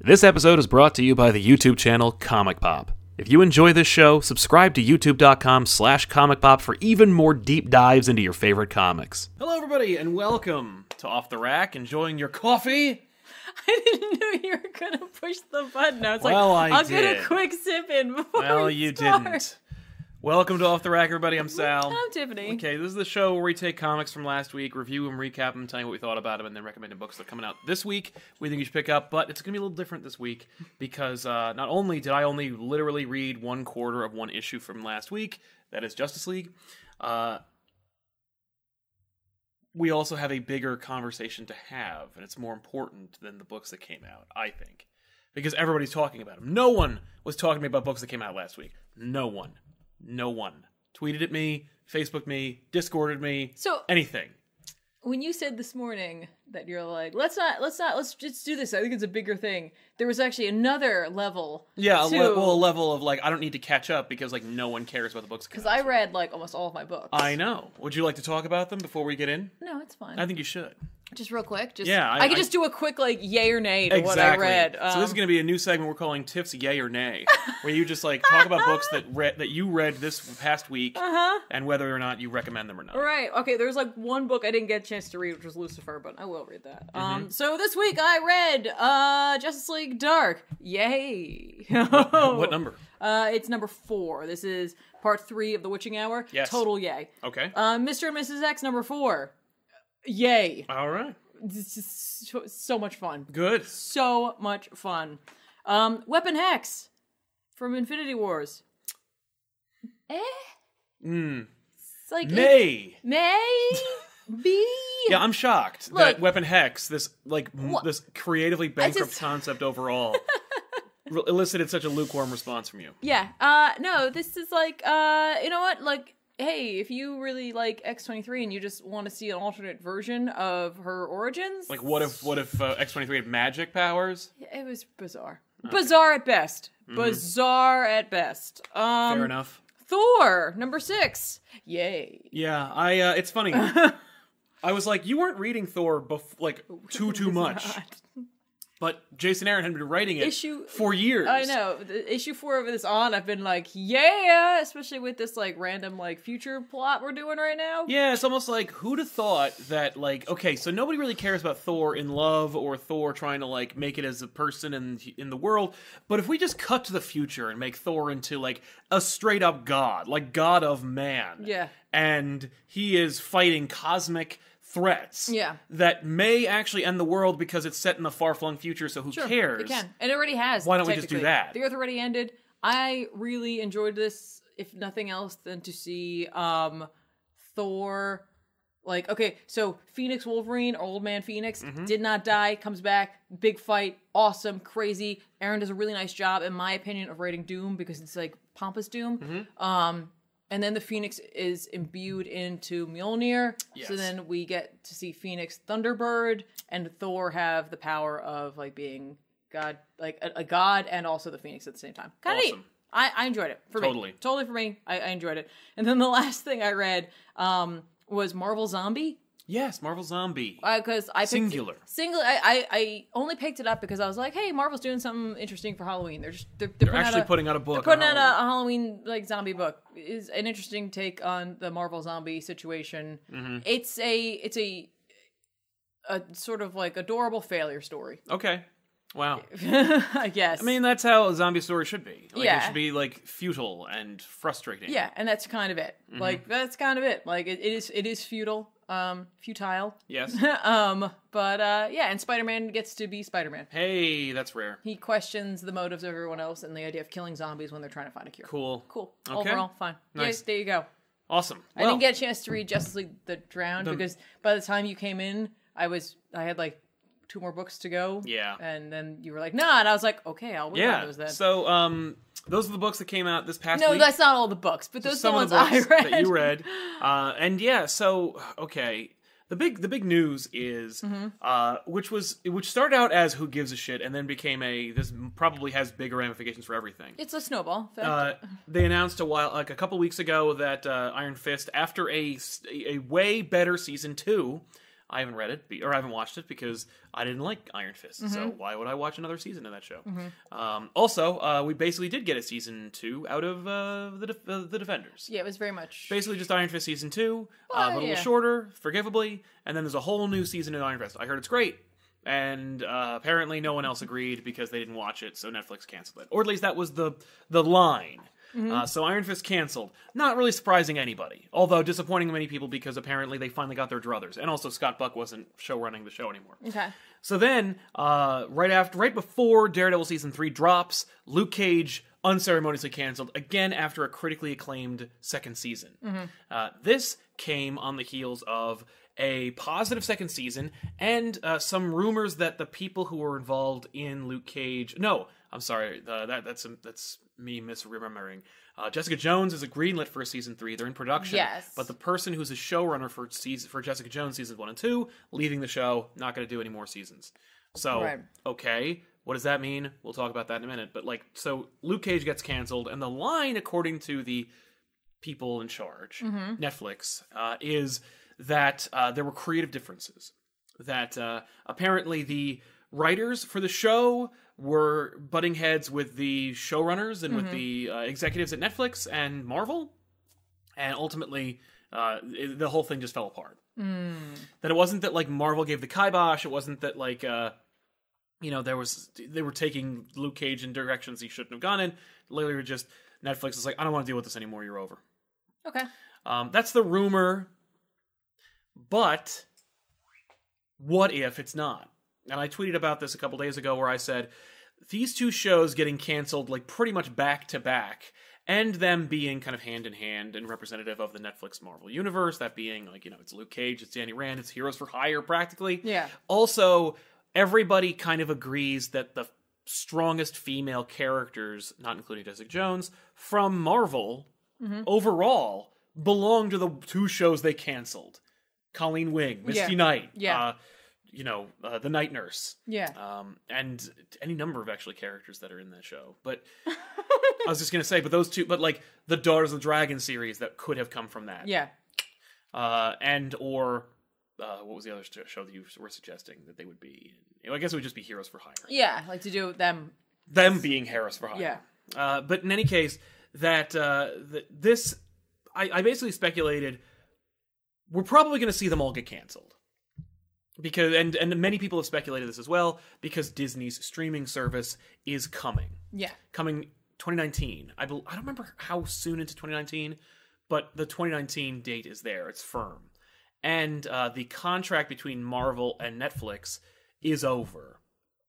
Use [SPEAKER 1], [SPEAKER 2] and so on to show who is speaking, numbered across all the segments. [SPEAKER 1] This episode is brought to you by the YouTube channel Comic Pop. If you enjoy this show, subscribe to youtube.com slash comic pop for even more deep dives into your favorite comics. Hello, everybody, and welcome to Off the Rack. Enjoying your coffee?
[SPEAKER 2] I didn't know you were gonna push the button. I was
[SPEAKER 1] Well, I
[SPEAKER 2] like, I'll get
[SPEAKER 1] did.
[SPEAKER 2] a quick sip in before
[SPEAKER 1] Well,
[SPEAKER 2] we
[SPEAKER 1] you
[SPEAKER 2] start.
[SPEAKER 1] didn't. Welcome to Off the Rack, everybody. I'm Sal.
[SPEAKER 2] I'm Tiffany.
[SPEAKER 1] Okay, this is the show where we take comics from last week, review them, recap them, tell you what we thought about them, and then recommended books that are coming out this week. We think you should pick up, but it's going to be a little different this week because uh, not only did I only literally read one quarter of one issue from last week, that is Justice League, uh, we also have a bigger conversation to have, and it's more important than the books that came out, I think, because everybody's talking about them. No one was talking to me about books that came out last week. No one. No one. Tweeted at me, Facebooked me, Discorded me,
[SPEAKER 2] So
[SPEAKER 1] anything.
[SPEAKER 2] when you said this morning that you're like, let's not, let's not, let's just do this. I think it's a bigger thing. There was actually another level.
[SPEAKER 1] Yeah, a
[SPEAKER 2] to,
[SPEAKER 1] le- well, a level of like, I don't need to catch up because like no one cares about the books. that came
[SPEAKER 2] because
[SPEAKER 1] out
[SPEAKER 2] I
[SPEAKER 1] this week.
[SPEAKER 2] read like almost all of my books.
[SPEAKER 1] I know. Would you like to talk about them before we get in?
[SPEAKER 2] No, it's fine.
[SPEAKER 1] I think you should.
[SPEAKER 2] just real quick. Just
[SPEAKER 1] Yeah, I-
[SPEAKER 2] I, could
[SPEAKER 1] I-
[SPEAKER 2] just do a quick like yay or nay to what I
[SPEAKER 1] Exactly.
[SPEAKER 2] read.
[SPEAKER 1] so this is
[SPEAKER 2] Um,
[SPEAKER 1] going to be a new segment we're calling Tiff's Yay or Nay, where you just like talk about books that read that you read this past week
[SPEAKER 2] Uh-huh.
[SPEAKER 1] and whether or not you recommend them or not.
[SPEAKER 2] All right. Okay. There's like one book I didn't get a chance to read, which was Lucifer, but I will read that.
[SPEAKER 1] Mm-hmm.
[SPEAKER 2] Um. So this week I read uh Justice League Dark. Yay!
[SPEAKER 1] What number?
[SPEAKER 2] Uh, it's number four. This is part three of the Witching Hour.
[SPEAKER 1] Yes.
[SPEAKER 2] Total yay.
[SPEAKER 1] Okay.
[SPEAKER 2] Uh, Mr. and Mrs. X number four. Yay!
[SPEAKER 1] All right.
[SPEAKER 2] This is so, so much fun.
[SPEAKER 1] Good.
[SPEAKER 2] So much fun. Um, Weapon Hex from Infinity Wars. Eh?
[SPEAKER 1] Mm.
[SPEAKER 2] It's like
[SPEAKER 1] Nay.
[SPEAKER 2] May be.
[SPEAKER 1] Yeah, I'm shocked that
[SPEAKER 2] Look.
[SPEAKER 1] Weapon Hex, this like m-
[SPEAKER 2] What?
[SPEAKER 1] this creatively bankrupt
[SPEAKER 2] just-
[SPEAKER 1] concept overall, re- elicited such a lukewarm response from you.
[SPEAKER 2] Yeah. Uh no, this is like uh you know what? Like hey, if you really like X23 and you just want to see an alternate version of her origins,
[SPEAKER 1] Like, what if what if uh, X23 had magic powers?
[SPEAKER 2] it was bizarre. Bizarre at best. Bizarre at best. Um
[SPEAKER 1] Mm-hmm. Fair enough.
[SPEAKER 2] Thor number 6. Yay.
[SPEAKER 1] Yeah, I. Uh, it's funny. I was like, you weren't reading Thor bef- like too too much, but Jason Aaron had been writing it
[SPEAKER 2] Issue-
[SPEAKER 1] for years.
[SPEAKER 2] I know. The issue 4 of this on I've been like, yeah, especially with this like random like future plot we're doing right now.
[SPEAKER 1] Yeah, it's almost like who'd have thought that like okay, so nobody really cares about Thor in love or Thor trying to like make it as a person in in the world, but if we just cut to the future and make Thor into like a straight up god, like god of man.
[SPEAKER 2] Yeah.
[SPEAKER 1] And he is fighting cosmic threats
[SPEAKER 2] Yeah.
[SPEAKER 1] that may actually end the world because it's set in the far-flung future so who
[SPEAKER 2] Sure,
[SPEAKER 1] cares
[SPEAKER 2] It can. And it already has.
[SPEAKER 1] Why don't we just do
[SPEAKER 2] technically.
[SPEAKER 1] that?
[SPEAKER 2] The Earth already ended. I really enjoyed this, if nothing else, than to see um Thor. Like, okay, so Phoenix Wolverine, or Old Man Phoenix,
[SPEAKER 1] Mm-hmm.
[SPEAKER 2] did not die, comes back, big fight, awesome, crazy. Aaron does a really nice job, in my opinion, of rating Doom because it's like pompous Doom.
[SPEAKER 1] Mm-hmm.
[SPEAKER 2] Um, and then the Phoenix is imbued into Mjolnir. So
[SPEAKER 1] Yes.
[SPEAKER 2] then we get to see Phoenix Thunderbird and Thor have the power of like being god, like a, a god and also the Phoenix at the same time. Kind of
[SPEAKER 1] Awesome.
[SPEAKER 2] I, I enjoyed it for
[SPEAKER 1] Totally.
[SPEAKER 2] me. Totally for me. I, I enjoyed it. And then the last thing I read um, was Marvel Zombie
[SPEAKER 1] Yes, Marvel Zombie.
[SPEAKER 2] because I picked
[SPEAKER 1] Singular.
[SPEAKER 2] Singular. I, I I only picked it up because I was like, hey, Marvel's doing something interesting for Halloween. They're just they're,
[SPEAKER 1] They're
[SPEAKER 2] they're, putting
[SPEAKER 1] actually
[SPEAKER 2] out a,
[SPEAKER 1] putting out a book.
[SPEAKER 2] putting
[SPEAKER 1] on Halloween.
[SPEAKER 2] out a, a Halloween like zombie book is an interesting take on the Marvel zombie situation.
[SPEAKER 1] Mm-hmm.
[SPEAKER 2] It's a it's a a sort of like adorable failure story.
[SPEAKER 1] Oh. Okay. Wow.
[SPEAKER 2] I guess.
[SPEAKER 1] I mean, that's how a zombie story should be. Like, It
[SPEAKER 2] Yeah.
[SPEAKER 1] should be like futile and frustrating.
[SPEAKER 2] yeah, and that's kind of it.
[SPEAKER 1] Mm-hmm.
[SPEAKER 2] Like that's kind of it. Like it, it is it is futile, um, futile.
[SPEAKER 1] Yes.
[SPEAKER 2] um, but uh, yeah, and Spider Man gets to be Spider Man.
[SPEAKER 1] hey, that's rare.
[SPEAKER 2] He questions the motives of everyone else and the idea of killing zombies when they're trying to find a cure.
[SPEAKER 1] Cool.
[SPEAKER 2] Cool.
[SPEAKER 1] Okay.
[SPEAKER 2] Overall, fine.
[SPEAKER 1] Nice.
[SPEAKER 2] Yes, there you go.
[SPEAKER 1] Awesome.
[SPEAKER 2] I
[SPEAKER 1] Well,
[SPEAKER 2] didn't get a chance to read Justice League: The Drowned because by the time you came in, I was I had like two more books to go.
[SPEAKER 1] Yeah.
[SPEAKER 2] and then you were like, "Nah," and I was like, "Okay, I'll wait on
[SPEAKER 1] yeah.
[SPEAKER 2] those then."
[SPEAKER 1] So, um, those are the books that came out this past
[SPEAKER 2] no,
[SPEAKER 1] week.
[SPEAKER 2] that's not all the books, but those are
[SPEAKER 1] some
[SPEAKER 2] the
[SPEAKER 1] of
[SPEAKER 2] ones
[SPEAKER 1] the books
[SPEAKER 2] I read.
[SPEAKER 1] that you read. Uh, and yeah, so okay, the big the big news is
[SPEAKER 2] Mm-hmm.
[SPEAKER 1] uh, which was which started out as who gives a shit, and then became a this probably has bigger ramifications for everything.
[SPEAKER 2] It's a snowball. effect.
[SPEAKER 1] uh, they announced a while like a couple weeks ago that uh, Iron Fist, after a s- a- a way better season two, I haven't read it be- or I haven't watched it because I didn't like Iron Fist. So
[SPEAKER 2] Mm-hmm.
[SPEAKER 1] why would I watch another season of that show? Um, also, uh, we basically did get a season two out of uh, the def- uh, the Defenders.
[SPEAKER 2] Yeah, it was very much.
[SPEAKER 1] Basically, just Iron Fist season two, uh,
[SPEAKER 2] Well,
[SPEAKER 1] but a
[SPEAKER 2] yeah.
[SPEAKER 1] little shorter, forgivably, and then there's a whole new season of Iron Fist. I heard it's great, and uh, apparently no one else agreed because they didn't watch it, so Netflix canceled it, or at least that was the the line.
[SPEAKER 2] Mm-hmm.
[SPEAKER 1] Uh, so Iron Fist canceled. Not really surprising anybody, although disappointing many people because apparently they finally got their druthers, and also Scott Buck wasn't show running the show anymore.
[SPEAKER 2] Okay.
[SPEAKER 1] So then, uh, right after, right before Daredevil season three drops, Luke Cage unceremoniously canceled again after a critically acclaimed second season. Uh, this came on the heels of a positive second season and uh, some rumors that the people who were involved in Luke Cage, no, I'm sorry, uh, that, that's that's me misremembering. Uh, Jessica Jones is a greenlit for season three. They're in production.
[SPEAKER 2] Yes.
[SPEAKER 1] But the person who's a showrunner for season for Jessica Jones seasons one and two, leaving the show, not going to do any more seasons. So
[SPEAKER 2] Right.
[SPEAKER 1] okay, what does that mean? We'll talk about that in a minute. But like, so Luke Cage gets canceled, and the line, according to the people in charge, Netflix, uh, is that uh, there were creative differences. That uh, apparently the writers for the show were butting heads with the showrunners and with the uh, executives at Netflix and Marvel and ultimately uh, it- the whole thing just fell apart.
[SPEAKER 2] Hmm.
[SPEAKER 1] That it wasn't that like Marvel gave the kibosh. It wasn't that like uh, you know there was they were taking Luke Cage in directions he shouldn't have gone in. Later, just Netflix is like, I don't want to deal with this anymore. You're over.
[SPEAKER 2] Okay.
[SPEAKER 1] Um, that's the rumor. But what if it's not? And I tweeted about this a couple days ago where I said these two shows getting canceled like pretty much back to back and them being kind of hand in hand and representative of the Netflix Marvel universe, that being like, you know, it's Luke Cage, it's Danny Rand, it's Heroes for Hire practically.
[SPEAKER 2] Yeah.
[SPEAKER 1] Also, everybody kind of agrees that the strongest female characters, not including Jessica Jones, from Marvel
[SPEAKER 2] Mm-hmm.
[SPEAKER 1] overall belong to the two shows they canceled Colleen Wing, Misty
[SPEAKER 2] Yeah.
[SPEAKER 1] Knight,
[SPEAKER 2] Yeah.
[SPEAKER 1] uh, you know, uh, The Night Nurse,
[SPEAKER 2] Yeah.
[SPEAKER 1] um, and any number of actually characters that are in that show. But I was just going to say, but those two, but like the Daughters of the Dragon series that could have come from that
[SPEAKER 2] yeah.
[SPEAKER 1] uh, and or uh, what was the other st- show that you were suggesting that they would be? in? I guess it would just be Heroes for Hire.
[SPEAKER 2] Yeah. Like to do with them.
[SPEAKER 1] Them being Heroes for Hire.
[SPEAKER 2] Yeah.
[SPEAKER 1] Uh, but in any case, that uh, th- this, I, I basically speculated we're probably going to see them all get canceled because and and many people have speculated this as well because Disney's streaming service is coming
[SPEAKER 2] Yeah.
[SPEAKER 1] coming 2019. I bel I don't remember how soon into 2019, but the 2019 date is there. It's firm, and uh, the contract between Marvel and Netflix is over,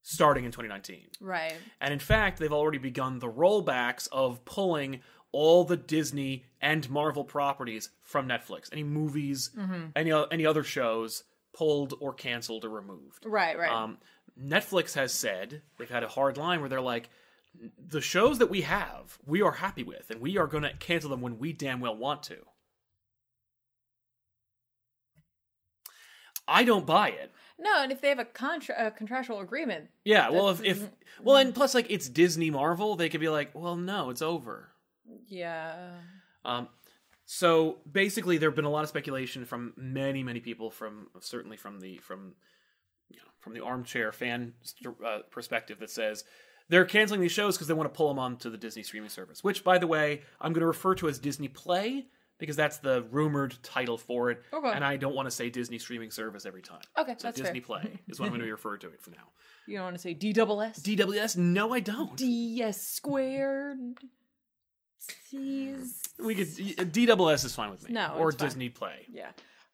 [SPEAKER 1] starting in 2019.
[SPEAKER 2] Right.
[SPEAKER 1] And in fact, they've already begun the rollbacks of pulling all the Disney and Marvel properties from Netflix. Any movies, any o- any other shows pulled or canceled or removed.
[SPEAKER 2] Right. Right.
[SPEAKER 1] Um, Netflix has said they've had a hard line where they're like, the shows that we have, we are happy with, and we are going to cancel them when we damn well want to. I don't buy it.
[SPEAKER 2] no, and if they have a, contra- a contractual agreement,
[SPEAKER 1] Yeah, well, if, if well, and plus, like it's Disney Marvel, they could be like, well, no, it's over.
[SPEAKER 2] yeah.
[SPEAKER 1] Um, so basically, there have been a lot of speculation from many, many people from certainly from the from you know, from the armchair fan uh, perspective that says they're canceling these shows because they want to pull them onto the Disney streaming service. Which, by the way, I'm going to refer to as Disney Play because that's the rumored title for it,
[SPEAKER 2] Okay.
[SPEAKER 1] and I don't want to say Disney streaming service every time.
[SPEAKER 2] Okay,
[SPEAKER 1] so
[SPEAKER 2] that's
[SPEAKER 1] Disney
[SPEAKER 2] fair.
[SPEAKER 1] Play is what I'm going to refer to it for now.
[SPEAKER 2] You don't want to say D double S?
[SPEAKER 1] DWS? No, I don't.
[SPEAKER 2] DS squared. C's.
[SPEAKER 1] we could DWS is fine with me.
[SPEAKER 2] No,
[SPEAKER 1] or
[SPEAKER 2] it's fine.
[SPEAKER 1] Disney Play.
[SPEAKER 2] Yeah.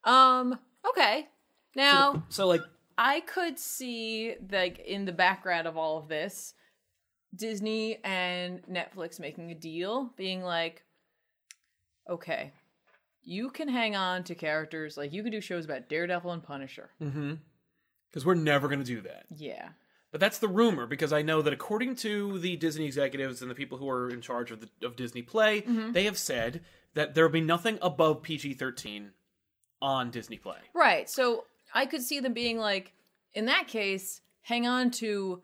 [SPEAKER 2] Um. Okay. Now
[SPEAKER 1] So like
[SPEAKER 2] I could see like in the background of all of this, Disney and Netflix making a deal, being like, okay, you can hang on to characters like you can do shows about Daredevil and Punisher.
[SPEAKER 1] Mm. because we're never going to do that.
[SPEAKER 2] Yeah.
[SPEAKER 1] But that's the rumor because I know that according to the Disney executives and the people who are in charge of the of Disney Play, they have said that there will be nothing above PG-13 on Disney Play.
[SPEAKER 2] Right. So I could see them being like, in that case, hang on to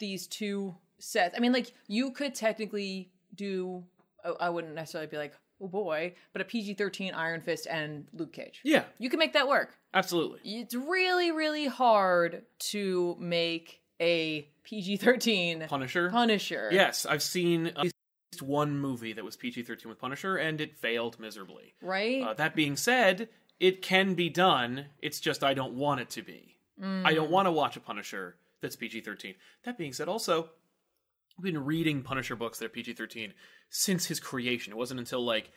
[SPEAKER 2] these two sets. I mean, like, you could technically do, I I oh, wouldn't necessarily be like, oh boy, but a PG 13 Iron Fist and Luke Cage.
[SPEAKER 1] Yeah,
[SPEAKER 2] You can make that work.
[SPEAKER 1] absolutely.
[SPEAKER 2] It's really, really hard to make a PG 13
[SPEAKER 1] Punisher.
[SPEAKER 2] Punisher.
[SPEAKER 1] Yes, I've seen at least one movie that was PG 13 with Punisher, and it failed miserably.
[SPEAKER 2] Right?
[SPEAKER 1] Uh, that being said, it can be done. It's just I don't want it to be. I don't want to watch a Punisher that's PG 13. That being said, also, I've been reading Punisher books that are PG 13 since his creation. It wasn't until, like,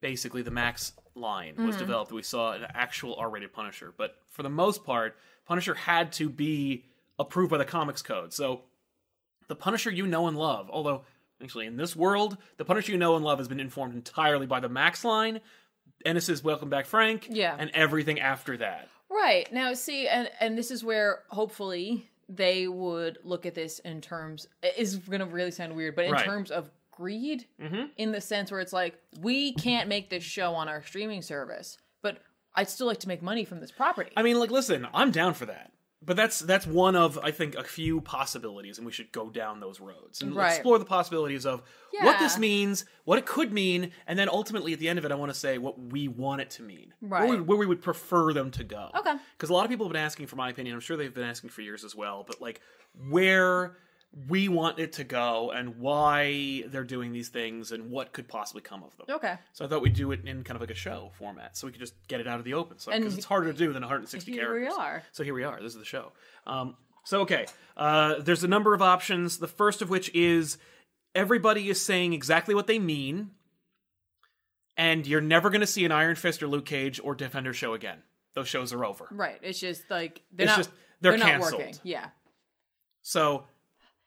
[SPEAKER 1] basically the Max line was developed that we saw an actual R rated Punisher. But for the most part, Punisher had to be approved by the comics code. So the Punisher you know and love, although actually in this world, the Punisher you know and love has been informed entirely by the Max line, Ennis's Welcome Back Frank,
[SPEAKER 2] Yeah.
[SPEAKER 1] and everything after that.
[SPEAKER 2] Right. Now see and and this is where hopefully they would look at this in terms it is going to really sound weird, but in
[SPEAKER 1] Right. Mm-hmm.
[SPEAKER 2] terms of greed in the sense where it's like we can't make this show on our streaming service, but I'd still like to make money from this property.
[SPEAKER 1] I mean, like, listen, I'm down for that. But that's that's one of I think a few possibilities, and we should go down those roads and
[SPEAKER 2] Right.
[SPEAKER 1] explore the possibilities of what this
[SPEAKER 2] Yeah.
[SPEAKER 1] means, what it could mean, and then ultimately at the end of it, I want to say what we want it to mean, where we,
[SPEAKER 2] Right.
[SPEAKER 1] where we would prefer them to go.
[SPEAKER 2] Okay.
[SPEAKER 1] because a lot of people have been asking for my opinion. I'm sure they've been asking for years as well, but like where we want it to go and why they're doing these things and what could possibly come of them.
[SPEAKER 2] okay.
[SPEAKER 1] So I thought we'd do it in kind of like a show format, so we could just get it out of the open. So
[SPEAKER 2] And
[SPEAKER 1] because it's harder to do than 160
[SPEAKER 2] here
[SPEAKER 1] characters.
[SPEAKER 2] we are.
[SPEAKER 1] So here we are. This is the show. Um, so okay, uh, there's a number of options. The first of which is everybody is saying exactly what they mean, and you're never going to see an Iron Fist or Luke Cage or Defender show again. Those shows are over.
[SPEAKER 2] Right. It's just like they're
[SPEAKER 1] It's
[SPEAKER 2] not
[SPEAKER 1] just- they're
[SPEAKER 2] not
[SPEAKER 1] canceled.
[SPEAKER 2] working. Yeah.
[SPEAKER 1] So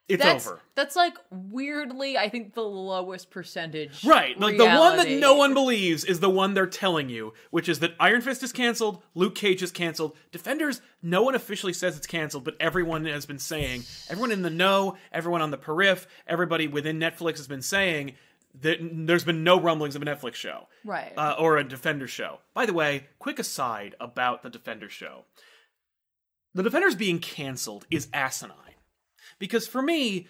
[SPEAKER 1] it's
[SPEAKER 2] That's
[SPEAKER 1] over.
[SPEAKER 2] that's like weirdly I think the lowest percentage.
[SPEAKER 1] Right. Like the one that
[SPEAKER 2] reality.
[SPEAKER 1] no one believes is the one they're telling you, which is that Iron Fist is canceled, Luke Cage is canceled, Defenders, no one officially says it's canceled, but everyone has been saying, everyone in the know, everyone on the periph, everybody within Netflix has been saying that there's been no rumblings of a Netflix show.
[SPEAKER 2] Right.
[SPEAKER 1] Uh, or a Defender show. By the way, quick aside about the Defender show. The Defenders being canceled is asinine. Because for me,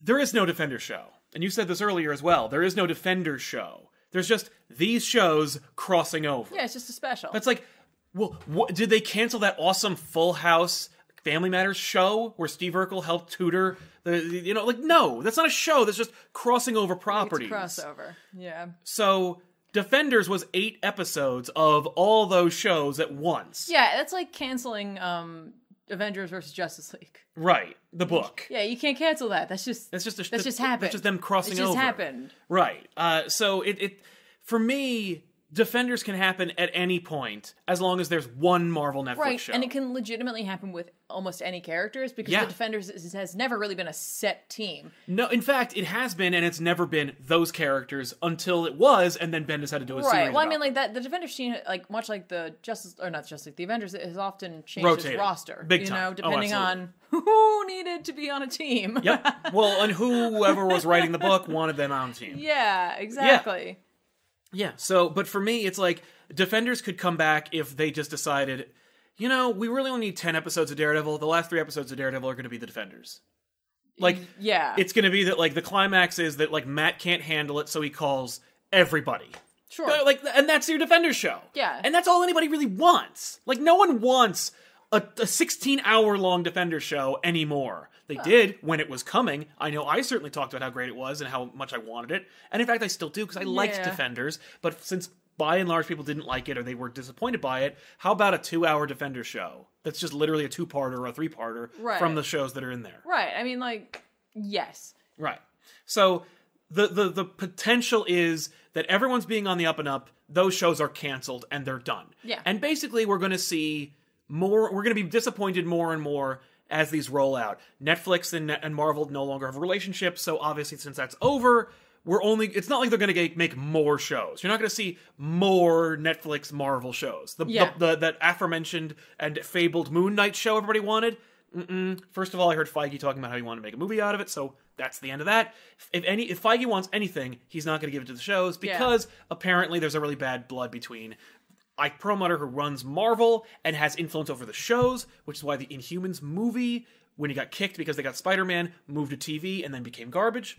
[SPEAKER 1] there is no Defender show. And you said this earlier as well. There is no Defender show. There's just these shows crossing over.
[SPEAKER 2] yeah, it's just a special.
[SPEAKER 1] That's like, well, what, did they cancel that awesome Full House Family Matters show where Steve Urkel helped tutor the, the- you know, like, no, that's not a show. That's just crossing over
[SPEAKER 2] it's a
[SPEAKER 1] properties.
[SPEAKER 2] crossover. Yeah.
[SPEAKER 1] So Defenders was eight episodes of all those shows at once.
[SPEAKER 2] Yeah, that's like canceling um Avengers versus Justice League.
[SPEAKER 1] Right. The book.
[SPEAKER 2] Yeah, you can't cancel that. That's just
[SPEAKER 1] That's just a,
[SPEAKER 2] that's just happened.
[SPEAKER 1] That's just them crossing
[SPEAKER 2] It's just
[SPEAKER 1] over.
[SPEAKER 2] happened.
[SPEAKER 1] Right. Uh, so it, it for me, Defenders can happen at any point as long as there's one Marvel Netflix
[SPEAKER 2] Right,
[SPEAKER 1] show.
[SPEAKER 2] and it can legitimately happen with almost any characters because
[SPEAKER 1] Yeah.
[SPEAKER 2] the Defenders is- has never really been a set team.
[SPEAKER 1] no, in fact, it has been and it's never been those characters until it was, and then Bendis had to do a series.
[SPEAKER 2] Right. Well, I
[SPEAKER 1] about
[SPEAKER 2] mean,
[SPEAKER 1] it.
[SPEAKER 2] like that the Defenders team, like much like the Justice or not Justice League, the Avengers has often changed
[SPEAKER 1] Rotated.
[SPEAKER 2] its roster.
[SPEAKER 1] Big
[SPEAKER 2] you
[SPEAKER 1] time.
[SPEAKER 2] know,
[SPEAKER 1] Oh,
[SPEAKER 2] depending
[SPEAKER 1] absolutely.
[SPEAKER 2] on who needed to be on a team.
[SPEAKER 1] Yep. Well, and whoever was writing the book wanted them on the team.
[SPEAKER 2] yeah. Exactly.
[SPEAKER 1] Yeah. So, but for me, it's like Defenders could come back if they just decided, you know, we really only need 10 episodes of Daredevil. The last three episodes of Daredevil are going to be the Defenders. Like,
[SPEAKER 2] Yeah.
[SPEAKER 1] it's going to be that, like, the climax is that, like, Matt can't handle it, so he calls everybody.
[SPEAKER 2] sure.
[SPEAKER 1] Uh, Like, and that's your Defenders show.
[SPEAKER 2] Yeah.
[SPEAKER 1] And that's all anybody really wants. Like, no one wants a, a 16 hour long Defender show anymore. They did when it was coming. I know I certainly talked about how great it was and how much I wanted it. And in fact, I still do because I liked
[SPEAKER 2] Yeah.
[SPEAKER 1] Defenders. But since by and large people didn't like it or they were disappointed by it, how about a two hour Defender show that's just literally a two parter or a three parter
[SPEAKER 2] Right.
[SPEAKER 1] from the shows that are in there?
[SPEAKER 2] right. I mean, like yes.
[SPEAKER 1] Right. So the, the the potential is that everyone's being on the up and up. Those shows are canceled and they're done.
[SPEAKER 2] Yeah.
[SPEAKER 1] And basically, we're going to see more. We're going to be disappointed more and more as these roll out. Netflix and and Marvel no longer have a relationship, so obviously, since that's over. We're only. It's not like they're going to make more shows. You're not going to see more Netflix Marvel shows. The,
[SPEAKER 2] Yeah.
[SPEAKER 1] the, the that aforementioned and fabled Moon Knight show everybody wanted. Mm-mm. First of all, I heard Feige talking about how he wanted to make a movie out of it, so that's the end of that. If any, if Feige wants anything, he's not going to give it to the shows because apparently there's a really bad blood between Ike Perlmutter, who runs Marvel and has influence over the shows, which is why the Inhumans movie, when he got kicked because they got Spider Man, moved to TV and then became garbage,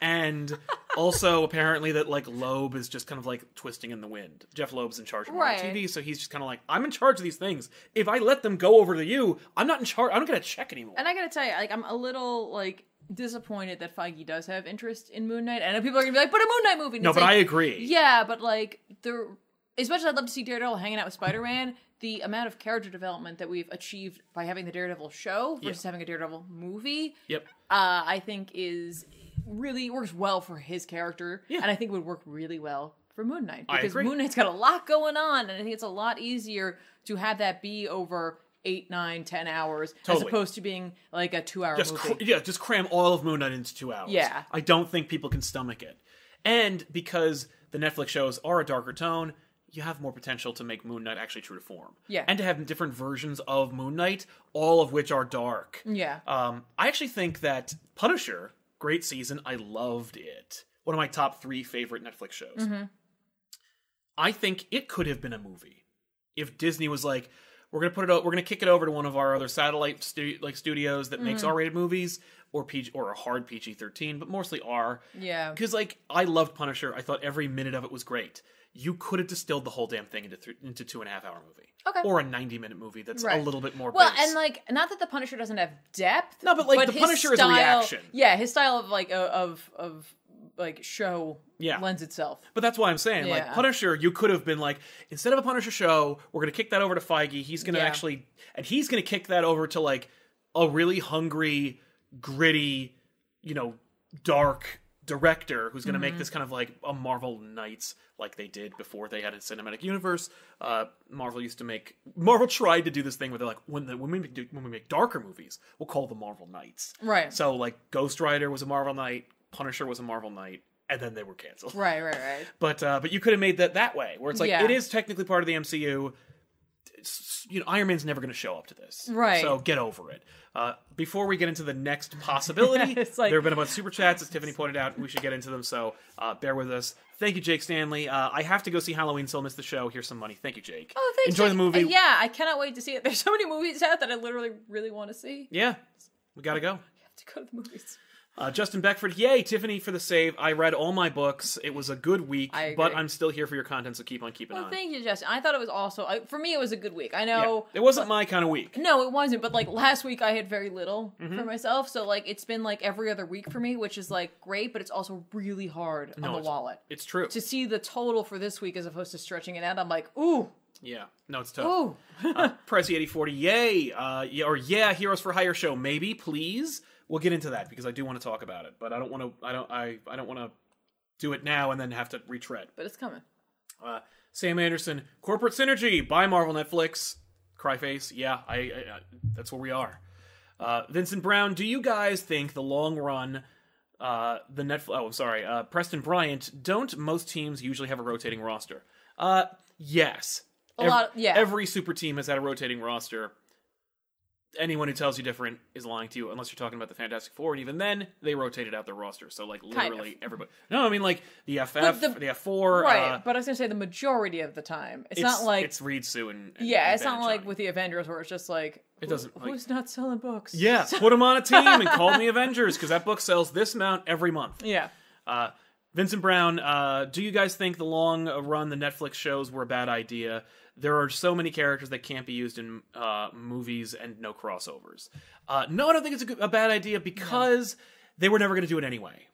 [SPEAKER 1] and also, apparently, that like Loeb is just kind of like twisting in the wind. Jeff Loeb's in charge of Marvel
[SPEAKER 2] Right.
[SPEAKER 1] TV, so he's just kind of like, I'm in charge of these things. If I let them go over to you, I'm not in charge. I don't get a check anymore.
[SPEAKER 2] And I gotta tell you, like, I'm a little like disappointed that Feige does have interest in Moon Knight. I know people are gonna be like, "But a Moon Knight movie." And
[SPEAKER 1] no,
[SPEAKER 2] it's
[SPEAKER 1] but I
[SPEAKER 2] like,
[SPEAKER 1] agree.
[SPEAKER 2] Yeah, but like the as much as I'd love to see Daredevil hanging out with Spider Man, the amount of character development that we've achieved by having the Daredevil show versus having a Daredevil movie,
[SPEAKER 1] Yep.
[SPEAKER 2] uh, I think is really works well for his character,
[SPEAKER 1] Yeah.
[SPEAKER 2] and I think would work really well for Moon Knight
[SPEAKER 1] I
[SPEAKER 2] because
[SPEAKER 1] agree.
[SPEAKER 2] Moon Knight's got a lot going on, and I think it's a lot easier to have that be over eight, nine, ten hours as
[SPEAKER 1] Totally.
[SPEAKER 2] opposed to being like a two-hour
[SPEAKER 1] just
[SPEAKER 2] movie.
[SPEAKER 1] cr- yeah, just cram all of Moon Knight into two hours.
[SPEAKER 2] Yeah.
[SPEAKER 1] I don't think people can stomach it, and because the Netflix shows are a darker tone, you have more potential to make Moon Knight actually true to form.
[SPEAKER 2] Yeah.
[SPEAKER 1] and to have different versions of Moon Knight, all of which are dark.
[SPEAKER 2] yeah,
[SPEAKER 1] Um, I actually think that Punisher, great season. I loved it. One of my top three favorite Netflix shows.
[SPEAKER 2] Mm-hmm.
[SPEAKER 1] I think it could have been a movie if Disney was like, we're gonna put it, o- we're gonna kick it over to one of our other satellite stu- like studios that
[SPEAKER 2] Mm-hmm.
[SPEAKER 1] makes R-rated movies or PG or a hard PG-13, but mostly R.
[SPEAKER 2] yeah.
[SPEAKER 1] Because like I loved Punisher. I thought every minute of it was great. You could have distilled the whole damn thing into th- into two and a half hour movie,
[SPEAKER 2] Okay.
[SPEAKER 1] or a ninety minute movie that's
[SPEAKER 2] Right.
[SPEAKER 1] a little bit more.
[SPEAKER 2] Well,
[SPEAKER 1] base.
[SPEAKER 2] and like, not that the Punisher doesn't have depth.
[SPEAKER 1] No, but, like, the
[SPEAKER 2] his
[SPEAKER 1] Punisher is a
[SPEAKER 2] style-
[SPEAKER 1] reaction.
[SPEAKER 2] Yeah, his style of like o- of of like show
[SPEAKER 1] Yeah.
[SPEAKER 2] lends itself.
[SPEAKER 1] But that's why I'm saying, like
[SPEAKER 2] Yeah.
[SPEAKER 1] Punisher, you could have been like, instead of a Punisher show, we're gonna kick that over to Feige. He's gonna
[SPEAKER 2] Yeah.
[SPEAKER 1] actually, and he's gonna kick that over to like a really hungry, gritty, you know, dark director who's gonna make
[SPEAKER 2] Mm-hmm.
[SPEAKER 1] this kind of like a Marvel Knights, like they did before they had a cinematic universe. Uh, Marvel used to make Marvel tried to do this thing where they're like, when the when we do, when we make darker movies, we'll call them Marvel Knights.
[SPEAKER 2] Right.
[SPEAKER 1] So like Ghost Rider was a Marvel Knight, Punisher was a Marvel Knight, and then they were canceled.
[SPEAKER 2] Right, right, right.
[SPEAKER 1] But uh, but you could have made that that way, where it's like
[SPEAKER 2] Yeah.
[SPEAKER 1] it is technically part of the MCU. It's- you know, Iron Man's never going to show up to this,
[SPEAKER 2] Right.
[SPEAKER 1] So get over it. Uh, before we get into the next possibility,
[SPEAKER 2] It's like-
[SPEAKER 1] there have been a bunch of super chats, as Tiffany pointed out. We should get into them, so uh, bear with us. Thank you, Jake Stanley. Uh, I have to go see Halloween, so I'll miss the show. Here's some money. Thank you, Jake.
[SPEAKER 2] Oh, thanks.
[SPEAKER 1] Enjoy
[SPEAKER 2] Jake.
[SPEAKER 1] the movie.
[SPEAKER 2] Uh, yeah, I cannot wait to see it. There's so many movies out that I literally really want to see.
[SPEAKER 1] yeah, we gotta go.
[SPEAKER 2] I have to go to the movies.
[SPEAKER 1] Uh, Justin Beckford, yay, Tiffany for the save. I read all my books. It was a good week,
[SPEAKER 2] I agree.
[SPEAKER 1] but I'm still here for your content, so keep on keeping
[SPEAKER 2] Well,
[SPEAKER 1] on.
[SPEAKER 2] Oh, thank you, Justin. I thought it was also I, for me. It was a good week. I
[SPEAKER 1] Uh, Yeah.
[SPEAKER 2] know.
[SPEAKER 1] It wasn't my kind of week.
[SPEAKER 2] No, it wasn't. But like last week, I had very little
[SPEAKER 1] Mm-hmm.
[SPEAKER 2] for myself. So like, it's been like every other week for me, which is like great, but it's also really hard on the
[SPEAKER 1] it's-
[SPEAKER 2] wallet.
[SPEAKER 1] It's true.
[SPEAKER 2] to see the total for this week as opposed to stretching it out, I'm like, ooh,
[SPEAKER 1] Yeah, no, it's tough.
[SPEAKER 2] ooh.
[SPEAKER 1] Uh, Prezi eighty forty, yay! Uh, yeah, or yeah, Heroes for Hire show, maybe, please. We'll get into that because I do want to talk about it, but I don't want to. I don't. I I don't want to do it now and then have to retread.
[SPEAKER 2] But it's coming.
[SPEAKER 1] Uh, Sam Anderson, corporate synergy by Marvel Netflix. Cryface, yeah, I, I, I that's where we are. Uh, Vincent Brown, do you guys think the long run, uh, the Netflix? Oh, I'm sorry, uh, Preston Bryant. Don't most teams usually have a rotating roster? Uh, yes,
[SPEAKER 2] A lot- yeah.
[SPEAKER 1] Every super team has had a rotating roster. Anyone who tells you different is lying to you, unless you're talking about the Fantastic Four, and even then they rotated out their roster. So like
[SPEAKER 2] of.
[SPEAKER 1] literally everybody. No, I mean like the FF,
[SPEAKER 2] But
[SPEAKER 1] the,
[SPEAKER 2] the-
[SPEAKER 1] F4,
[SPEAKER 2] Right.
[SPEAKER 1] uh,
[SPEAKER 2] but I was going to say the majority of the time. It's, not like,
[SPEAKER 1] it's Reed Sue and, and-
[SPEAKER 2] yeah,
[SPEAKER 1] and
[SPEAKER 2] it's
[SPEAKER 1] Ben
[SPEAKER 2] not
[SPEAKER 1] and
[SPEAKER 2] like
[SPEAKER 1] Johnny.
[SPEAKER 2] with the Avengers where it's just like, it
[SPEAKER 1] doesn't, like-
[SPEAKER 2] who's not selling books?
[SPEAKER 1] yeah. Put them on a team and call me Avengers because that book sells this amount every month.
[SPEAKER 2] Yeah.
[SPEAKER 1] Uh, Vincent Brown, uh, do you guys think the long run the Netflix shows were a bad idea? There are so many characters that can't be used in uh, movies and no crossovers. Uh, no, I don't think it's a, good, a bad idea because they were never going to do it anyway.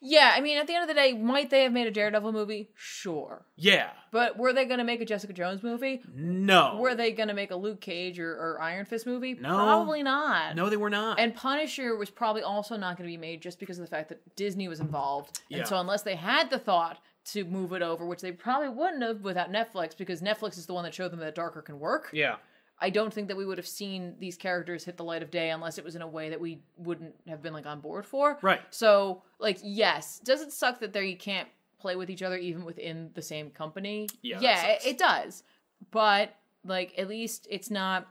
[SPEAKER 2] Yeah. I mean, at the end of the day, might they have made a Daredevil movie? Sure.
[SPEAKER 1] Yeah,
[SPEAKER 2] But were they going to make a Jessica Jones movie?
[SPEAKER 1] no,
[SPEAKER 2] Were they going to make a Luke Cage or, or Iron Fist movie?
[SPEAKER 1] No.
[SPEAKER 2] Probably not.
[SPEAKER 1] no, they were not.
[SPEAKER 2] And Punisher was probably also not going to be made just because of the fact that Disney was involved.
[SPEAKER 1] Yeah.
[SPEAKER 2] And so, unless they had the thought to move it over, which they probably wouldn't have without Netflix, because Netflix is the one that showed them that darker can work,
[SPEAKER 1] yeah,
[SPEAKER 2] I don't think that we would have seen these characters hit the light of day unless it was in a way that we wouldn't have been like on board for.
[SPEAKER 1] Right.
[SPEAKER 2] So, like, yes, does it suck that they can't play with each other even within the same company?
[SPEAKER 1] Yeah, that
[SPEAKER 2] yeah, it,
[SPEAKER 1] sucks.
[SPEAKER 2] it does. But like, at least it's not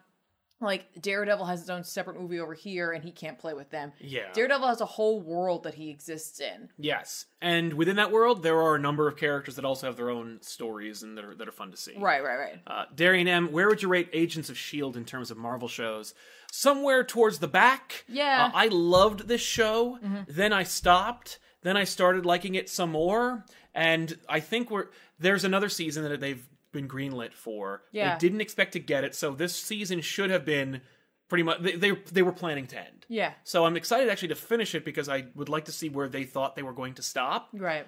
[SPEAKER 2] like Daredevil has his own separate movie over here, and he can't play with them.
[SPEAKER 1] yeah.
[SPEAKER 2] Daredevil has a whole world that he exists in.
[SPEAKER 1] Yes, and within that world, there are a number of characters that also have their own stories and that are that are fun to see.
[SPEAKER 2] Right, right, right.
[SPEAKER 1] Uh, Darian M, where would you rate Agents of Shield E in terms of Marvel shows? Somewhere towards the back.
[SPEAKER 2] Yeah. Mm-hmm.
[SPEAKER 1] Uh, I loved this show. Then I stopped. Then I started liking it some more, and I think we're there's another season that they've been greenlit for.
[SPEAKER 2] Yeah.
[SPEAKER 1] They didn't expect to get it, so this season should have been pretty much they they, they were planning to end.
[SPEAKER 2] Yeah.
[SPEAKER 1] So I'm excited actually to finish it because I would like to see where they thought they were going to stop,
[SPEAKER 2] Right.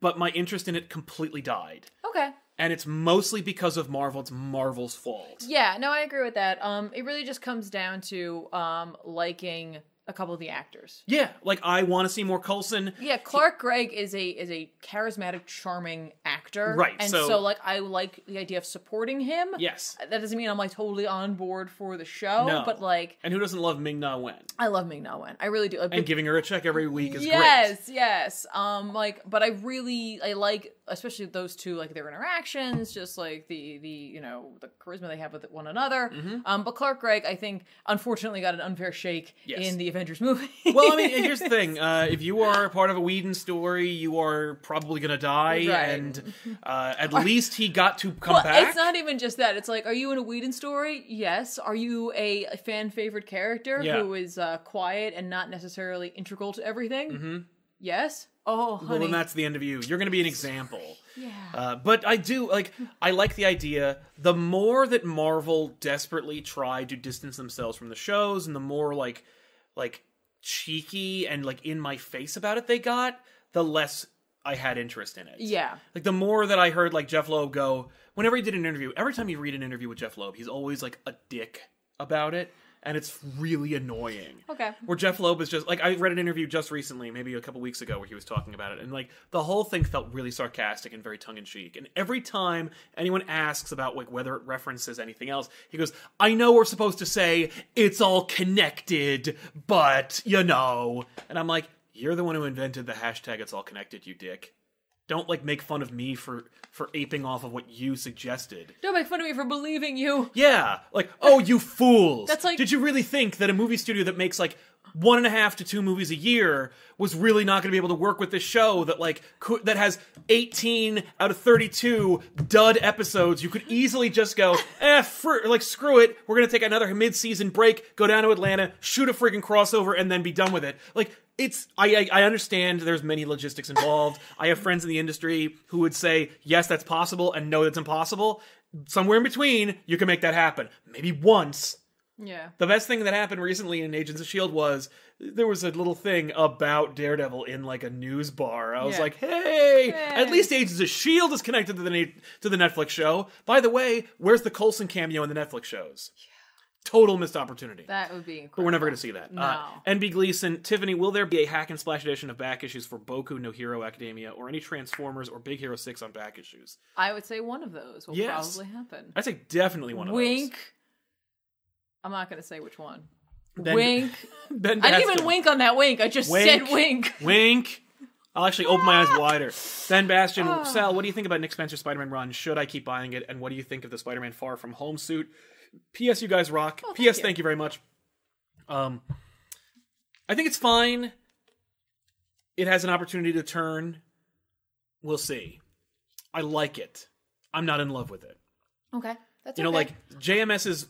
[SPEAKER 1] but my interest in it completely died.
[SPEAKER 2] Okay.
[SPEAKER 1] And it's mostly because of Marvel, it's Marvel's fault.
[SPEAKER 2] Yeah, no, I agree with that. Um, it really just comes down to um liking a couple of the actors.
[SPEAKER 1] Yeah, like I want to see more Coulson.
[SPEAKER 2] Yeah, Clark Gregg is a is a charismatic, charming actor.
[SPEAKER 1] Right,
[SPEAKER 2] And so,
[SPEAKER 1] so-
[SPEAKER 2] like I like the idea of supporting him.
[SPEAKER 1] Yes.
[SPEAKER 2] That doesn't mean I'm like totally on board for the show,
[SPEAKER 1] No.
[SPEAKER 2] but like
[SPEAKER 1] And who doesn't love Ming Na Wen?
[SPEAKER 2] I love Ming Na Wen. I really do. Like,
[SPEAKER 1] And giving her a check every week is great.
[SPEAKER 2] yes, yes. Um, like, but I really I like especially those two, like their interactions, just like the the you know the charisma they have with one another.
[SPEAKER 1] Mm-hmm.
[SPEAKER 2] Um, but Clark Gregg, I think, unfortunately, got an unfair shake
[SPEAKER 1] Yes.
[SPEAKER 2] in the Avengers movie.
[SPEAKER 1] Well, I mean, here's the thing. Uh, if you are a part of a Whedon story, you are probably going to die.
[SPEAKER 2] Right.
[SPEAKER 1] And uh, at least he got to come
[SPEAKER 2] Well,
[SPEAKER 1] back.
[SPEAKER 2] it's not even just that. It's like, are you in a Whedon story? Yes. Are you a, a fan favorite character
[SPEAKER 1] Yeah.
[SPEAKER 2] who is uh, quiet and not necessarily integral to everything? Mm-hmm. Yes. Oh, honey.
[SPEAKER 1] well, then that's the end of you. You're going to be an example.
[SPEAKER 2] yeah.
[SPEAKER 1] Uh, but I do like I like the idea. The more that Marvel desperately tried to distance themselves from the shows, and the more like like cheeky and like in my face about it they got, the less I had interest in it.
[SPEAKER 2] yeah.
[SPEAKER 1] Like the more that I heard like Jeff Loeb go, whenever he did an interview, every time you read an interview with Jeff Loeb, he's always like a dick about it, and it's really annoying
[SPEAKER 2] Okay.
[SPEAKER 1] where Jeff Loeb is just like I read an interview just recently, maybe a couple weeks ago, where he was talking about it, and like the whole thing felt really sarcastic and very tongue in cheek. And every time anyone asks about like whether it references anything else, he goes, "I know we're supposed to say it's all connected, but you know." And I'm like, "You're the one who invented the hashtag it's all connected, you dick." Don't like make fun of me for for aping off of what you suggested.
[SPEAKER 2] Don't make fun of me for believing you.
[SPEAKER 1] Yeah, like oh, you fools!
[SPEAKER 2] That's like-
[SPEAKER 1] Did you really think that a movie studio that makes like one and a half to two movies a year was really not going to be able to work with this show that like could, that has eighteen out of thirty-two dud episodes? You could easily just go, eh, fr- like screw it. We're going to take another mid-season break, go down to Atlanta, shoot a freaking crossover, and then be done with it. Like. It's I, I I understand there's many logistics involved. I have friends in the industry who would say yes that's possible and no that's impossible somewhere in between, you can make that happen. Maybe once.
[SPEAKER 2] Yeah.
[SPEAKER 1] The best thing that happened recently in Agents of S.H.I.E.L.D. E was there was a little thing about Daredevil in like a news bar. I was
[SPEAKER 2] Yeah.
[SPEAKER 1] like, hey,
[SPEAKER 2] Hey.
[SPEAKER 1] at least Agents of S.H.I.E.L.D. E is connected to the, na- to the Netflix show. By the way, where's the Colson cameo in the Netflix shows? Total missed opportunity.
[SPEAKER 2] That would be incredible.
[SPEAKER 1] But we're never going to see that. Uh,
[SPEAKER 2] No.
[SPEAKER 1] NB Gleason, Tiffany, will there be a hack and splash edition of back issues for Boku no Hero Academia or any Transformers or Big Hero 6 on back issues?
[SPEAKER 2] I would say one of those will
[SPEAKER 1] Yes.
[SPEAKER 2] probably happen.
[SPEAKER 1] I'd say definitely one of
[SPEAKER 2] Wink.
[SPEAKER 1] those.
[SPEAKER 2] I'm not going to say which one.
[SPEAKER 1] Then-
[SPEAKER 2] wink.
[SPEAKER 1] Ben
[SPEAKER 2] I didn't even
[SPEAKER 1] Baskin.
[SPEAKER 2] wink on that wink. I just said wink.
[SPEAKER 1] Wink. I'll actually open my
[SPEAKER 2] Ah!
[SPEAKER 1] eyes wider. Ben Bastion, Sal, what do you think about Nick Spencer's Spider-Man run? Should I keep buying it? And what do you think of the Spider-Man Far From Home suit? P.S. You guys rock.
[SPEAKER 2] Oh, thank
[SPEAKER 1] P.S.
[SPEAKER 2] you.
[SPEAKER 1] Thank you very much. Um, I think it's fine. It has an opportunity to turn. We'll see. I like it. I'm not in love with it.
[SPEAKER 2] Okay. That's
[SPEAKER 1] You know,
[SPEAKER 2] okay.
[SPEAKER 1] like JMS's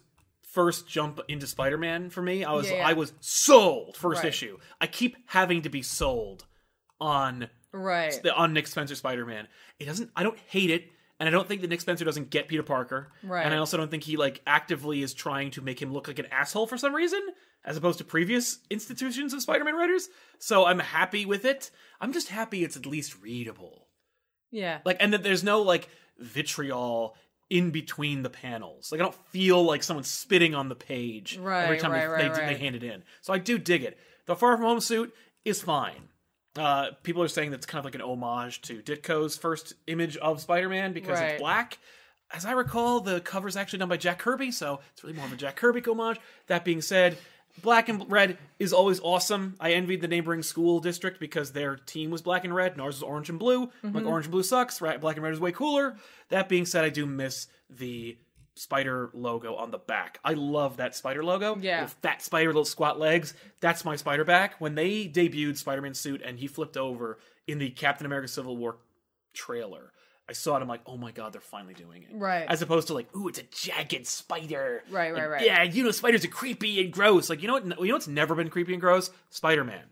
[SPEAKER 1] first jump into Spider-Man for me, I was
[SPEAKER 2] Yeah, yeah.
[SPEAKER 1] I was sold first
[SPEAKER 2] Right.
[SPEAKER 1] issue. I keep having to be sold on
[SPEAKER 2] right.
[SPEAKER 1] the on Nick Spencer Spider-Man. It doesn't I don't hate it and I don't think that Nick Spencer doesn't get Peter Parker.
[SPEAKER 2] Right.
[SPEAKER 1] And I also don't think he like actively is trying to make him look like an asshole for some reason as opposed to previous institutions of Spider-Man writers. So I'm happy with it. I'm just happy it's at least readable.
[SPEAKER 2] yeah.
[SPEAKER 1] Like and that there's no like vitriol in between the panels. Like I don't feel like someone's spitting on the page every
[SPEAKER 2] Right,
[SPEAKER 1] time
[SPEAKER 2] right,
[SPEAKER 1] they,
[SPEAKER 2] right,
[SPEAKER 1] they, they
[SPEAKER 2] right.
[SPEAKER 1] hand it in. So I do dig it. The Far From Home suit is fine. Uh, people are saying that's kind of like an homage to Ditko's first image of Spider-Man because
[SPEAKER 2] Right.
[SPEAKER 1] it's black. As I recall, the cover's actually done by Jack Kirby, so it's really more of a Jack Kirby homage. That being said, black and red is always awesome. I envied the neighboring school district because their team was black and red, and ours was orange and blue. I'm Like orange and blue sucks, right? Black and red is way cooler. That being said, I do miss the spider logo on the back. I love that spider logo.
[SPEAKER 2] Yeah.
[SPEAKER 1] Little fat spider, little squat legs. That's my spider back. When they debuted Spider-Man suit and he flipped over in the Captain America Civil War trailer. I saw it. I'm like, oh my god, they're finally doing it.
[SPEAKER 2] Right.
[SPEAKER 1] As opposed to like, ooh, it's a jagged spider.
[SPEAKER 2] Right, right,
[SPEAKER 1] And,
[SPEAKER 2] right.
[SPEAKER 1] Yeah, you know, spiders are creepy and gross. Like, you know what? You know what's never been creepy and gross? Spider Man.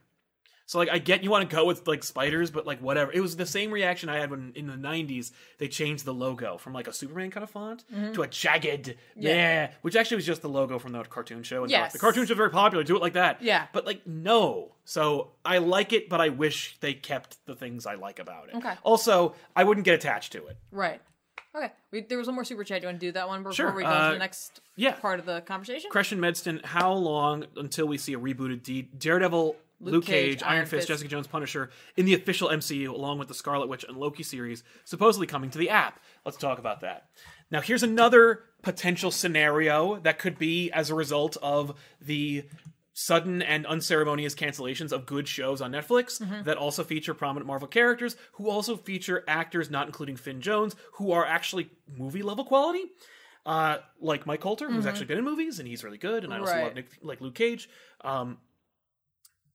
[SPEAKER 1] So like I get you want to go with like spiders, but like whatever. It was the same reaction I had when in the '90s they changed the logo from like a Superman kind of font to a jagged, yeah.
[SPEAKER 2] Mm-hmm. Yeah.
[SPEAKER 1] which actually was just the logo from the cartoon show. And they're like,
[SPEAKER 2] Yes.
[SPEAKER 1] the cartoon show's very popular. Do it like that.
[SPEAKER 2] Yeah.
[SPEAKER 1] but like no. So I like it, but I wish they kept the things I like about it.
[SPEAKER 2] Okay.
[SPEAKER 1] Also, I wouldn't get attached to it.
[SPEAKER 2] Right. Okay. We, there was one more super chat. You want to do that one before
[SPEAKER 1] Sure.
[SPEAKER 2] we go
[SPEAKER 1] Uh,
[SPEAKER 2] to the next
[SPEAKER 1] yeah.
[SPEAKER 2] part of the conversation?
[SPEAKER 1] Christian Medston, how long until we see a rebooted D- Daredevil, Luke, Cage, Iron, Fist, Jessica Jones, Punisher in the official MCU, along with the Scarlet Witch and Loki series, supposedly coming to the app? Let's talk about that. Now, here's another potential scenario that could be as a result of the sudden and unceremonious cancellations of good shows on Netflix that also feature prominent Marvel characters, who also feature actors not including Finn Jones, who are actually movie level quality uh, like Mike Coulter, who's actually been in movies and he's really good, and I also love
[SPEAKER 2] Right.
[SPEAKER 1] Nick, like Luke Cage. Um,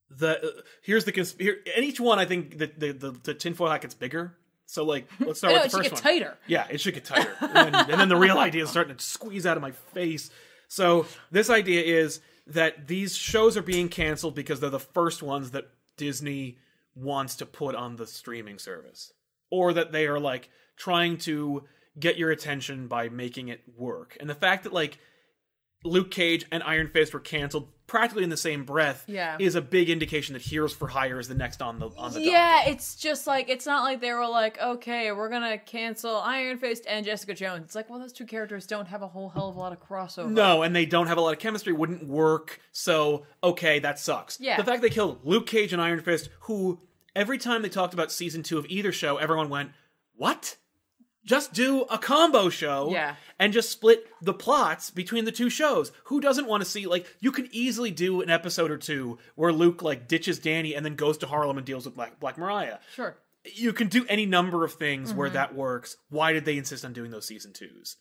[SPEAKER 1] the uh, here's the consp- here, and each one I think the the, the, the tinfoil hat gets bigger. So like let's
[SPEAKER 2] I
[SPEAKER 1] start
[SPEAKER 2] know,
[SPEAKER 1] with the
[SPEAKER 2] it should
[SPEAKER 1] first
[SPEAKER 2] get
[SPEAKER 1] one.
[SPEAKER 2] tighter.
[SPEAKER 1] Yeah, it should get tighter. and, then- and then the real idea is starting to squeeze out of my face. So this idea is that these shows are being canceled because they're the first ones that Disney wants to put on the streaming service. Or that they are like trying to get your attention by making it work. And the fact that like Luke Cage and Iron Fist were canceled practically in the same breath
[SPEAKER 2] Yeah.
[SPEAKER 1] is a big indication that Heroes for Hire is the next on the on the docket.
[SPEAKER 2] Yeah, it's just like it's not like they were like, okay, we're gonna cancel Iron Fist and Jessica Jones. It's like, well, those two characters don't have a whole hell of a lot of crossover.
[SPEAKER 1] No, and they don't have a lot of chemistry, wouldn't work. So, okay, that sucks.
[SPEAKER 2] Yeah.
[SPEAKER 1] The fact they killed Luke Cage and Iron Fist, who every time they talked about season two of either show, everyone went, What? Just do a combo show
[SPEAKER 2] Yeah.
[SPEAKER 1] and just split the plots between the two shows. Who doesn't want to see like you could easily do an episode or two where Luke like ditches Danny and then goes to Harlem and deals with Black Black Mariah
[SPEAKER 2] Sure.
[SPEAKER 1] you can do any number of things
[SPEAKER 2] Mm-hmm.
[SPEAKER 1] where that works. Why did they insist on doing those season twos?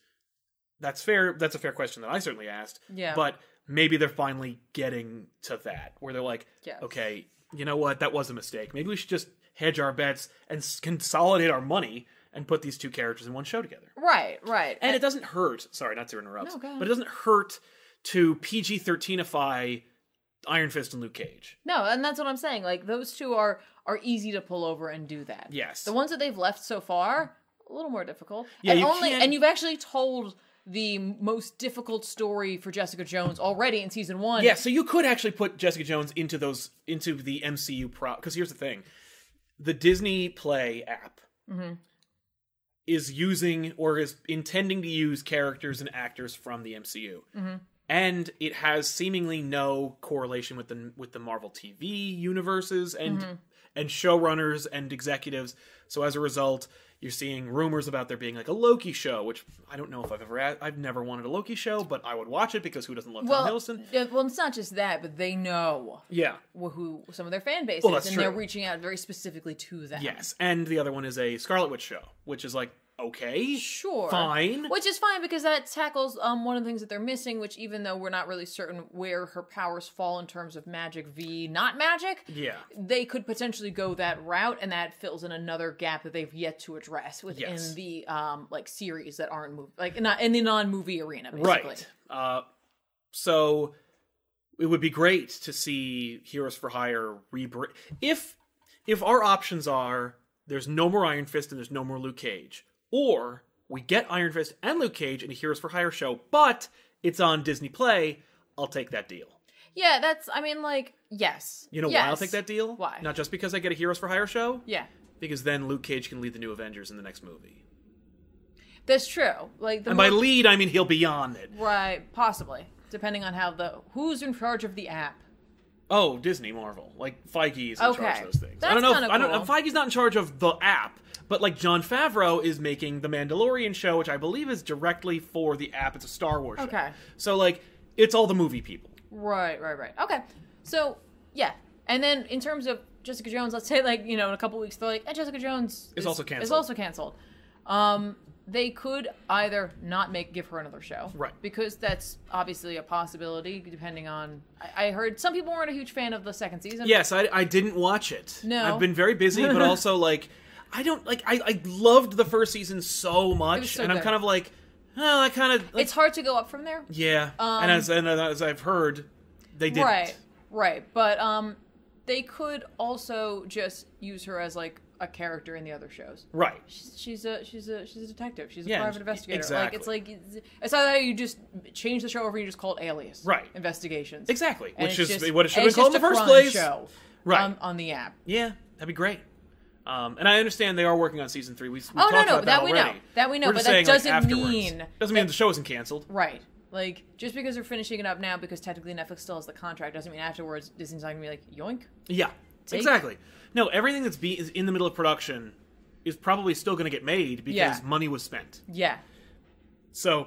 [SPEAKER 1] That's fair. That's a fair question that I certainly asked.
[SPEAKER 2] Yeah.
[SPEAKER 1] But maybe they're finally getting to that where they're like,
[SPEAKER 2] Yes.
[SPEAKER 1] okay, you know what? That was a mistake. Maybe we should just hedge our bets and s- consolidate our money and put these two characters in one show together.
[SPEAKER 2] Right, right.
[SPEAKER 1] And it doesn't hurt. Sorry, not to interrupt.
[SPEAKER 2] No, go ahead.
[SPEAKER 1] but it doesn't hurt to PG 13ify Iron Fist and Luke Cage.
[SPEAKER 2] no, and that's what I'm saying. Like those two are are easy to pull over and do that.
[SPEAKER 1] Yes.
[SPEAKER 2] The ones that they've left so far, a little more difficult.
[SPEAKER 1] Yeah,
[SPEAKER 2] and
[SPEAKER 1] you
[SPEAKER 2] only
[SPEAKER 1] can't-
[SPEAKER 2] and you've actually told the most difficult story for Jessica Jones already in season one.
[SPEAKER 1] Yeah, so you could actually put Jessica Jones into those into the MCU pro because here's the thing. The Disney Play app is using or is intending to use characters and actors from the MCU. And it has seemingly no correlation with the with the Marvel TV universes and and showrunners and executives. So as a result, you're seeing rumors about there being like a Loki show, which I don't know if I've ever a- I've never wanted a Loki show, but I would watch it because who doesn't love Tom
[SPEAKER 2] Well,
[SPEAKER 1] Hiddleston?
[SPEAKER 2] yeah, well, it's not just that, but they know
[SPEAKER 1] Yeah.
[SPEAKER 2] wh- who some of their fan base
[SPEAKER 1] Well,
[SPEAKER 2] is,
[SPEAKER 1] that's
[SPEAKER 2] and they're
[SPEAKER 1] true.
[SPEAKER 2] reaching out very specifically to them.
[SPEAKER 1] Yes. And the other one is a Scarlet Witch show, which is like, okay.
[SPEAKER 2] Sure.
[SPEAKER 1] Fine.
[SPEAKER 2] Which is fine because that tackles um one of the things that they're missing, which even though we're not really certain where her powers fall in terms of magic v not magic,
[SPEAKER 1] Yeah.
[SPEAKER 2] they could potentially go that route and that fills in another gap that they've yet to address within
[SPEAKER 1] Yes.
[SPEAKER 2] the um like series that aren't movie like not in the non movie arena basically.
[SPEAKER 1] Right. Uh, so it would be great to see Heroes for Hire rebr if if our options are there's no more Iron Fist and there's no more Luke Cage, or we get Iron Fist and Luke Cage in a Heroes for Hire show, but it's on Disney Play. I'll take that deal.
[SPEAKER 2] Yeah, that's I mean like yes.
[SPEAKER 1] You know why I'll
[SPEAKER 2] Yes.
[SPEAKER 1] take that deal?
[SPEAKER 2] Why?
[SPEAKER 1] Not just because I get a Heroes for Hire show,
[SPEAKER 2] Yeah.
[SPEAKER 1] because then Luke Cage can lead the new Avengers in the next movie.
[SPEAKER 2] That's true. Like the
[SPEAKER 1] And by
[SPEAKER 2] more-
[SPEAKER 1] lead, I mean he'll be on it.
[SPEAKER 2] right, possibly. Depending on how the who's in charge of the app.
[SPEAKER 1] Oh, Disney, Marvel, like Feige is in
[SPEAKER 2] Okay.
[SPEAKER 1] charge of those things. I
[SPEAKER 2] That's
[SPEAKER 1] don't know. If,
[SPEAKER 2] kinda
[SPEAKER 1] I don't know.
[SPEAKER 2] cool.
[SPEAKER 1] Feige's not in charge of the app, but like John Favreau is making the Mandalorian show, which I believe is directly for the app. It's a Star Wars. show.
[SPEAKER 2] Okay.
[SPEAKER 1] So like, it's all the movie people.
[SPEAKER 2] Right, right, right. Okay. So, yeah. And then in terms of Jessica Jones, let's say like, you know, in a couple weeks they're like, eh, Jessica Jones
[SPEAKER 1] Is also canceled.
[SPEAKER 2] Is also canceled. Um they could either not make give her another show.
[SPEAKER 1] Right.
[SPEAKER 2] Because that's obviously a possibility depending on I, I heard some people weren't a huge fan of the second season.
[SPEAKER 1] Yes, I, I didn't watch it.
[SPEAKER 2] No.
[SPEAKER 1] I've been very busy, but also like, I don't like. I, I loved the first season so much,
[SPEAKER 2] so
[SPEAKER 1] and I'm
[SPEAKER 2] good.
[SPEAKER 1] kind of like, oh, I kind of like,
[SPEAKER 2] It's hard to go up from there.
[SPEAKER 1] yeah. and as and as I've heard, they didn't.
[SPEAKER 2] Right. Right. But um they could also just use her as like a character in the other shows.
[SPEAKER 1] Right.
[SPEAKER 2] She's, she's a she's a she's a detective. She's a
[SPEAKER 1] Yeah,
[SPEAKER 2] private
[SPEAKER 1] e-
[SPEAKER 2] investigator. Like
[SPEAKER 1] exactly.
[SPEAKER 2] it's like it's, it's either that or you just change the show over. You just call it Alias.
[SPEAKER 1] Right.
[SPEAKER 2] Investigations.
[SPEAKER 1] Exactly.
[SPEAKER 2] And
[SPEAKER 1] Which
[SPEAKER 2] it's
[SPEAKER 1] is
[SPEAKER 2] just-
[SPEAKER 1] what it should
[SPEAKER 2] and
[SPEAKER 1] have been called
[SPEAKER 2] it's
[SPEAKER 1] in the
[SPEAKER 2] just a
[SPEAKER 1] first
[SPEAKER 2] crime
[SPEAKER 1] place.
[SPEAKER 2] Show,
[SPEAKER 1] Right.
[SPEAKER 2] um, on the app.
[SPEAKER 1] Yeah, that'd be great. Um, and I understand they are working on season three. We, we've
[SPEAKER 2] Oh, no,
[SPEAKER 1] talked
[SPEAKER 2] no,
[SPEAKER 1] about
[SPEAKER 2] that we know.
[SPEAKER 1] already.
[SPEAKER 2] That we know,
[SPEAKER 1] We're just
[SPEAKER 2] but that
[SPEAKER 1] saying, like,
[SPEAKER 2] doesn't
[SPEAKER 1] afterwards.
[SPEAKER 2] mean
[SPEAKER 1] doesn't mean the show isn't canceled.
[SPEAKER 2] Right. Like just because they're finishing it up now, because technically Netflix still has the contract, doesn't mean afterwards Disney's not gonna be like yoink.
[SPEAKER 1] Yeah,
[SPEAKER 2] Take-
[SPEAKER 1] exactly. No, everything that's be- is in the middle of production is probably still going to get made because
[SPEAKER 2] Yeah.
[SPEAKER 1] money was spent.
[SPEAKER 2] Yeah.
[SPEAKER 1] So,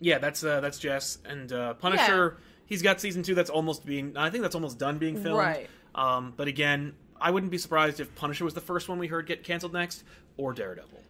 [SPEAKER 1] yeah, that's uh, that's Jess and uh, Punisher. He's got season two that's almost being. I think that's almost done being filmed.
[SPEAKER 2] Right.
[SPEAKER 1] Um, but again, I wouldn't be surprised if Punisher was the first one we heard get canceled next, or Daredevil.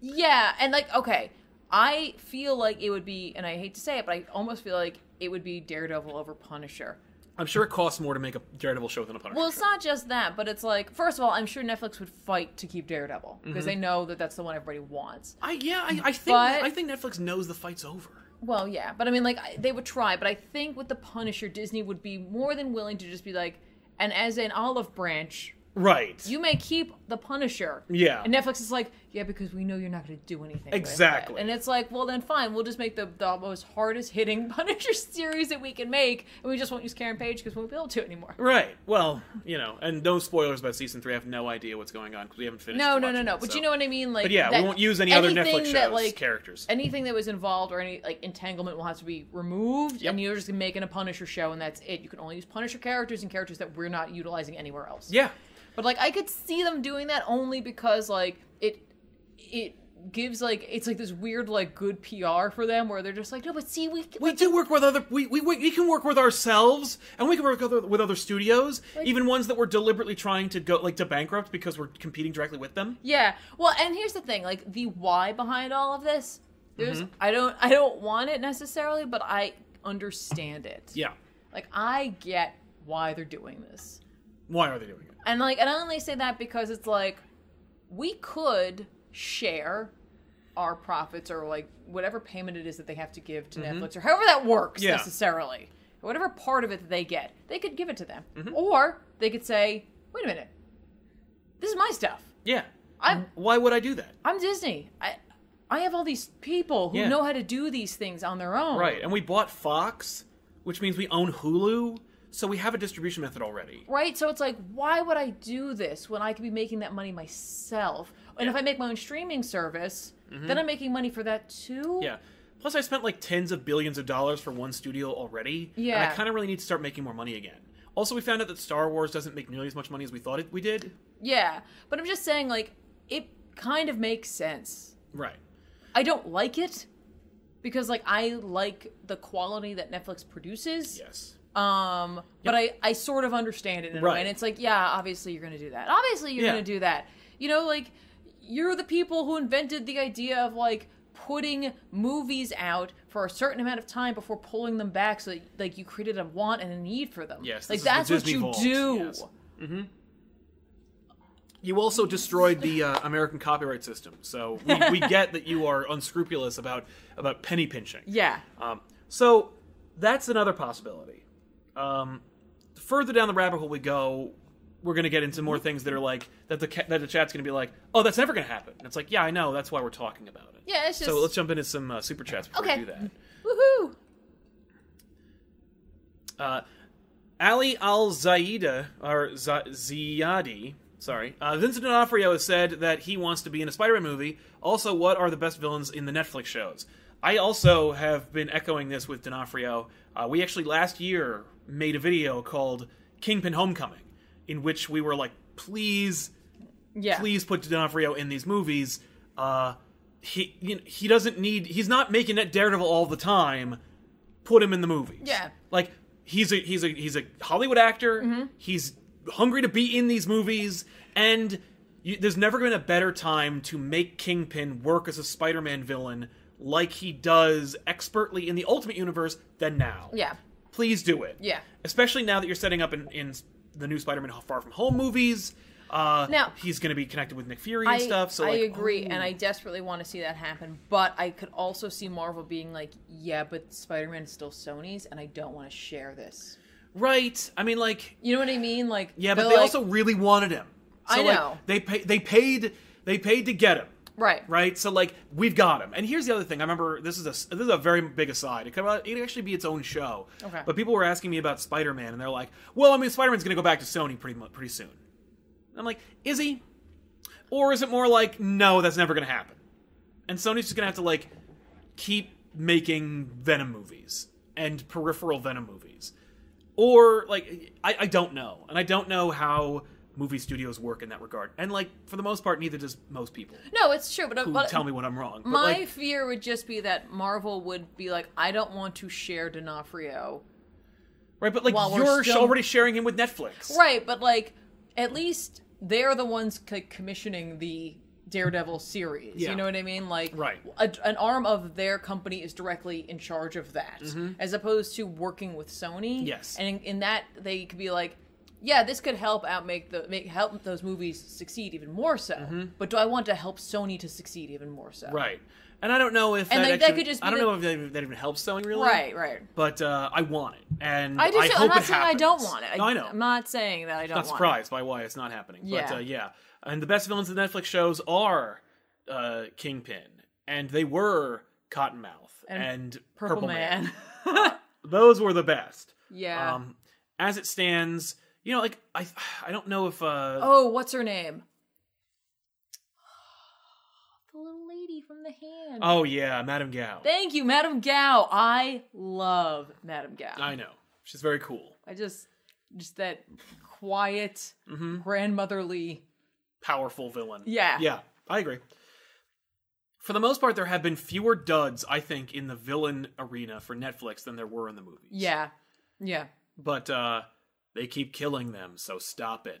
[SPEAKER 2] Yeah, and like okay, I feel like it would be, and I hate to say it, but I almost feel like it would be Daredevil over Punisher.
[SPEAKER 1] I'm sure it costs more to make a Daredevil show than a Punisher.
[SPEAKER 2] Well, it's
[SPEAKER 1] show.
[SPEAKER 2] not just that, but it's like first of all, I'm sure Netflix would fight to keep Daredevil because
[SPEAKER 1] Mm-hmm.
[SPEAKER 2] they know that that's the one everybody wants.
[SPEAKER 1] I yeah, I, I think
[SPEAKER 2] But-
[SPEAKER 1] I think Netflix knows the fight's over.
[SPEAKER 2] Well, yeah, but I mean, like I- they would try, but I think with the Punisher, Disney would be more than willing to just be like, and as an olive branch,
[SPEAKER 1] Right.
[SPEAKER 2] you may keep the Punisher.
[SPEAKER 1] Yeah.
[SPEAKER 2] And Netflix is like, yeah, because we know you're not going to do anything. with it."
[SPEAKER 1] Exactly.
[SPEAKER 2] And it's like, well, then fine. We'll just make the, the most hardest hitting Punisher series that we can make, and we just won't use Karen Page because we won't be able to anymore.
[SPEAKER 1] Right. Well, you know, and no spoilers about season three. I have no idea what's going on because we haven't finished.
[SPEAKER 2] No, no,
[SPEAKER 1] watching
[SPEAKER 2] no, no.
[SPEAKER 1] it,
[SPEAKER 2] But
[SPEAKER 1] so-
[SPEAKER 2] you know what I mean? Like,
[SPEAKER 1] But yeah,
[SPEAKER 2] that-
[SPEAKER 1] we won't use any other
[SPEAKER 2] anything
[SPEAKER 1] Netflix shows
[SPEAKER 2] that, like,
[SPEAKER 1] characters.
[SPEAKER 2] Anything that was involved or any like entanglement will have to be removed,
[SPEAKER 1] Yep.
[SPEAKER 2] and you're just making a Punisher show, and that's it. You can only use Punisher characters and characters that we're not utilizing anywhere else.
[SPEAKER 1] yeah.
[SPEAKER 2] But like I could see them doing that only because like it it gives like it's like this weird like good PR for them where they're just like no but see we
[SPEAKER 1] We do work with other. We, we, we we can work with ourselves, and we can work with other, with other studios, even ones that we're deliberately trying to go like to bankrupt because we're competing directly with them.
[SPEAKER 2] yeah well and here's the thing like the why behind all of this there's
[SPEAKER 1] Mm-hmm.
[SPEAKER 2] I don't I don't want it necessarily but I understand it
[SPEAKER 1] Yeah.
[SPEAKER 2] like I get why they're doing this
[SPEAKER 1] Why are they doing it?
[SPEAKER 2] and like and I only say that because it's like we could share our profits or like whatever payment it is that they have to give to Netflix or however that works
[SPEAKER 1] Mm-hmm. Yeah.
[SPEAKER 2] necessarily. Whatever part of it that they get, they could give it to them.
[SPEAKER 1] Mm-hmm.
[SPEAKER 2] Or they could say, wait a minute, this is my stuff.
[SPEAKER 1] Yeah.
[SPEAKER 2] I'm
[SPEAKER 1] Why would I do that?
[SPEAKER 2] I'm Disney. I I have all these people who
[SPEAKER 1] Yeah.
[SPEAKER 2] know how to do these things on their own.
[SPEAKER 1] Right. And we bought Fox, which means we own Hulu, so we have a distribution method already.
[SPEAKER 2] Right? So it's like, why would I do this when I could be making that money myself? And if I make my own streaming service, then I'm making money for that too.
[SPEAKER 1] Yeah. Plus, I spent like tens of billions of dollars for one studio already. And I
[SPEAKER 2] Yeah.
[SPEAKER 1] kind of really need to start making more money again. Also, we found out that Star Wars doesn't make nearly as much money as we thought it we did.
[SPEAKER 2] Yeah. But I'm just saying, like, it kind of makes sense.
[SPEAKER 1] Right.
[SPEAKER 2] I don't like it because, like, I like the quality that Netflix produces.
[SPEAKER 1] Yes.
[SPEAKER 2] Um, but I, I sort of understand it in a
[SPEAKER 1] Right.
[SPEAKER 2] way. And it's like, yeah, obviously you're going to do that. Obviously you're
[SPEAKER 1] Yeah.
[SPEAKER 2] going to do that. You know, like, you're the people who invented the idea of, like, putting movies out for a certain amount of time before pulling them back so that, like, you created a want and a need for them.
[SPEAKER 1] Yes, this
[SPEAKER 2] Like,
[SPEAKER 1] is the
[SPEAKER 2] that's what
[SPEAKER 1] Disney
[SPEAKER 2] you
[SPEAKER 1] vault,
[SPEAKER 2] do.
[SPEAKER 1] yes. Mm-hmm. You also destroyed the uh, American copyright system, so we, we get that you are unscrupulous about about penny pinching.
[SPEAKER 2] Yeah.
[SPEAKER 1] Um, so that's another possibility. Um, further down the rabbit hole we go, we're going to get into more things that are like that. The ca- that the chat's going to be like, "Oh, that's never going to happen." And it's like, "Yeah, I know. That's why we're talking about it."
[SPEAKER 2] Yeah, it's just.
[SPEAKER 1] So let's jump into some uh, super chats before
[SPEAKER 2] Okay.
[SPEAKER 1] we do that.
[SPEAKER 2] Woohoo!
[SPEAKER 1] Uh, Ali Al Zaida or Za- Ziyadi, sorry, uh, Vincent D'Onofrio has said that he wants to be in a Spider-Man movie. Also, what are the best villains in the Netflix shows? I also have been echoing this with D'Onofrio. Uh, we actually last year made a video called Kingpin Homecoming, in which we were like, please
[SPEAKER 2] Yeah.
[SPEAKER 1] please put D'Onofrio in these movies. Uh, he you know, he doesn't need. He's not making that Daredevil all the time. Put him in the movies.
[SPEAKER 2] Yeah. Mm-hmm.
[SPEAKER 1] like he's a he's a he's a Hollywood actor. He's hungry to be in these movies, and you, there's never been a better time to make Kingpin work as a Spider-Man villain like he does expertly in the Ultimate Universe than now.
[SPEAKER 2] Yeah.
[SPEAKER 1] please do it.
[SPEAKER 2] Yeah.
[SPEAKER 1] especially now that you're setting up in, in the new Spider-Man Far From Home movies. Uh,
[SPEAKER 2] Now-
[SPEAKER 1] he's going to be connected with Nick Fury and stuff. So
[SPEAKER 2] I
[SPEAKER 1] like,
[SPEAKER 2] agree,
[SPEAKER 1] oh,
[SPEAKER 2] and I desperately want to see that happen. But I could also see Marvel being like, "Yeah, but Spider-Man is still Sony's, and I don't want to share this."
[SPEAKER 1] right. I mean, like,
[SPEAKER 2] You know what I mean? Like
[SPEAKER 1] yeah, but
[SPEAKER 2] they're
[SPEAKER 1] they
[SPEAKER 2] like-
[SPEAKER 1] also really wanted him. So,
[SPEAKER 2] I
[SPEAKER 1] like,
[SPEAKER 2] know.
[SPEAKER 1] they pay, they paid they paid to get him.
[SPEAKER 2] right
[SPEAKER 1] Right, so like we've got him, and here's the other thing. I remember this is a this is a very big aside. It could it actually be its own show.
[SPEAKER 2] Okay.
[SPEAKER 1] But people were asking me about Spider Man, and they're like, "Well, I mean, Spider Man's going to go back to Sony pretty mu- pretty soon." And I'm like, "Is he? Or is it more like, no, that's never going to happen?" And Sony's just going to have to like keep making Venom movies and peripheral Venom movies, or like I, I don't know, and I don't know how movie studios work in that regard. And like for the most part, neither does most people.
[SPEAKER 2] No, it's true, but,
[SPEAKER 1] Who
[SPEAKER 2] but
[SPEAKER 1] tell me when I'm wrong. But
[SPEAKER 2] my
[SPEAKER 1] like,
[SPEAKER 2] fear would just be that Marvel would be like, I don't want to share D'Onofrio.
[SPEAKER 1] right, but like
[SPEAKER 2] while we're
[SPEAKER 1] you're
[SPEAKER 2] still-
[SPEAKER 1] already sharing him with Netflix.
[SPEAKER 2] Right, but like, at least they're the ones c- commissioning the Daredevil series.
[SPEAKER 1] Yeah.
[SPEAKER 2] You know what I mean? Like,
[SPEAKER 1] Right.
[SPEAKER 2] a, an arm of their company is directly in charge of that, as opposed to working with Sony.
[SPEAKER 1] Mm-hmm. Yes.
[SPEAKER 2] and in, in that they could be like. Yeah, this could help out make the make help those movies succeed even more so. But do I want to help Sony to succeed even more so?
[SPEAKER 1] Mm-hmm. Right. And I don't know if
[SPEAKER 2] And,
[SPEAKER 1] that,
[SPEAKER 2] like, that
[SPEAKER 1] actually,
[SPEAKER 2] could just be
[SPEAKER 1] I don't
[SPEAKER 2] the-
[SPEAKER 1] know if that, that even helps selling really.
[SPEAKER 2] Right, right.
[SPEAKER 1] But uh, I want it, and
[SPEAKER 2] I do.
[SPEAKER 1] I
[SPEAKER 2] too.
[SPEAKER 1] hope
[SPEAKER 2] I'm not
[SPEAKER 1] it
[SPEAKER 2] saying I don't
[SPEAKER 1] happens.
[SPEAKER 2] want it.
[SPEAKER 1] No, I know.
[SPEAKER 2] am not saying that I don't
[SPEAKER 1] not
[SPEAKER 2] want
[SPEAKER 1] surprised by why it's not happening. But
[SPEAKER 2] Yeah.
[SPEAKER 1] uh, yeah, and the best villains of the Netflix shows are uh, Kingpin, and they were Cottonmouth and,
[SPEAKER 2] And
[SPEAKER 1] Purple,
[SPEAKER 2] it. Purple, Man.
[SPEAKER 1] Those were the best.
[SPEAKER 2] yeah.
[SPEAKER 1] Um, as it stands, you know, like I, I don't know if uh,
[SPEAKER 2] oh, what's her name? The little lady from the hand.
[SPEAKER 1] oh yeah, Madame Gao.
[SPEAKER 2] Thank you, Madame Gao. I love Madame Gao. I,
[SPEAKER 1] I know she's very cool,
[SPEAKER 2] just, just that quiet, grandmotherly.
[SPEAKER 1] Mm-hmm. powerful villain.
[SPEAKER 2] Yeah.
[SPEAKER 1] Yeah, I agree. For the most part, there have been fewer duds, I think, in the villain arena for Netflix than there were in the movies.
[SPEAKER 2] Yeah. Yeah.
[SPEAKER 1] but uh, they keep killing them, so stop it.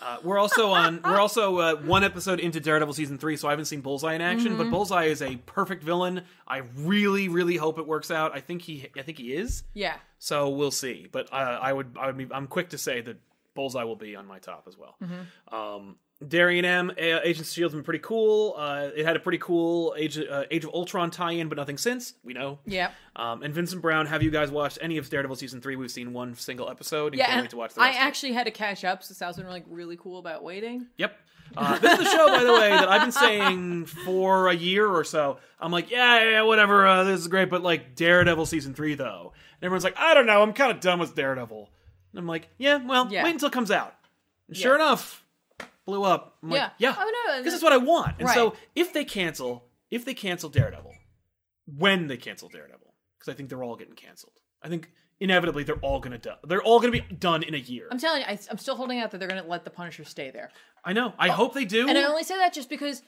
[SPEAKER 1] uh, we're also on. We're also uh, one episode into Daredevil season three, so I haven't seen Bullseye in action.
[SPEAKER 2] Mm-hmm.
[SPEAKER 1] But Bullseye is a perfect villain. I really, really hope it works out. I think he. I think he is.
[SPEAKER 2] Yeah.
[SPEAKER 1] So we'll see. But uh, I would. I would be, I'm quick to say that Bullseye will be on my top as well.
[SPEAKER 2] Mm-hmm.
[SPEAKER 1] Um, Darian M. A- Agent of Shield's been pretty cool. Uh, it had a pretty cool Age uh, Age of Ultron tie-in, but nothing since. We know.
[SPEAKER 2] Yeah.
[SPEAKER 1] Um, and Vincent Brown, have you guys watched any of Daredevil season three? We've seen one single episode. And
[SPEAKER 2] Yeah.
[SPEAKER 1] can't
[SPEAKER 2] and
[SPEAKER 1] wait to watch the
[SPEAKER 2] I
[SPEAKER 1] rest.
[SPEAKER 2] actually had to catch up, so Sal's been like really cool about waiting.
[SPEAKER 1] yep. Uh, this is the show, by the way, that I've been saying for a year or so. I'm like, yeah, yeah, yeah, whatever. Uh, this is great, but like Daredevil season three, though, and everyone's like, I don't know, I'm kind of done with Daredevil. And I'm like, yeah, well,
[SPEAKER 2] Yeah.
[SPEAKER 1] wait until it comes out. And sure
[SPEAKER 2] Yeah.
[SPEAKER 1] enough, blew up. I'm like,
[SPEAKER 2] Yeah.
[SPEAKER 1] yeah,
[SPEAKER 2] Oh, no, and
[SPEAKER 1] because it's what I want. And so
[SPEAKER 2] Right.
[SPEAKER 1] if they cancel, if they cancel Daredevil, when they cancel Daredevil, because I think they're all getting canceled. I think inevitably they're all gonna do- they're all gonna be done in a year.
[SPEAKER 2] I'm telling you, I, I'm still holding out that they're going to let the Punisher stay there.
[SPEAKER 1] I know. I hope they do.
[SPEAKER 2] Oh, And I only say that just because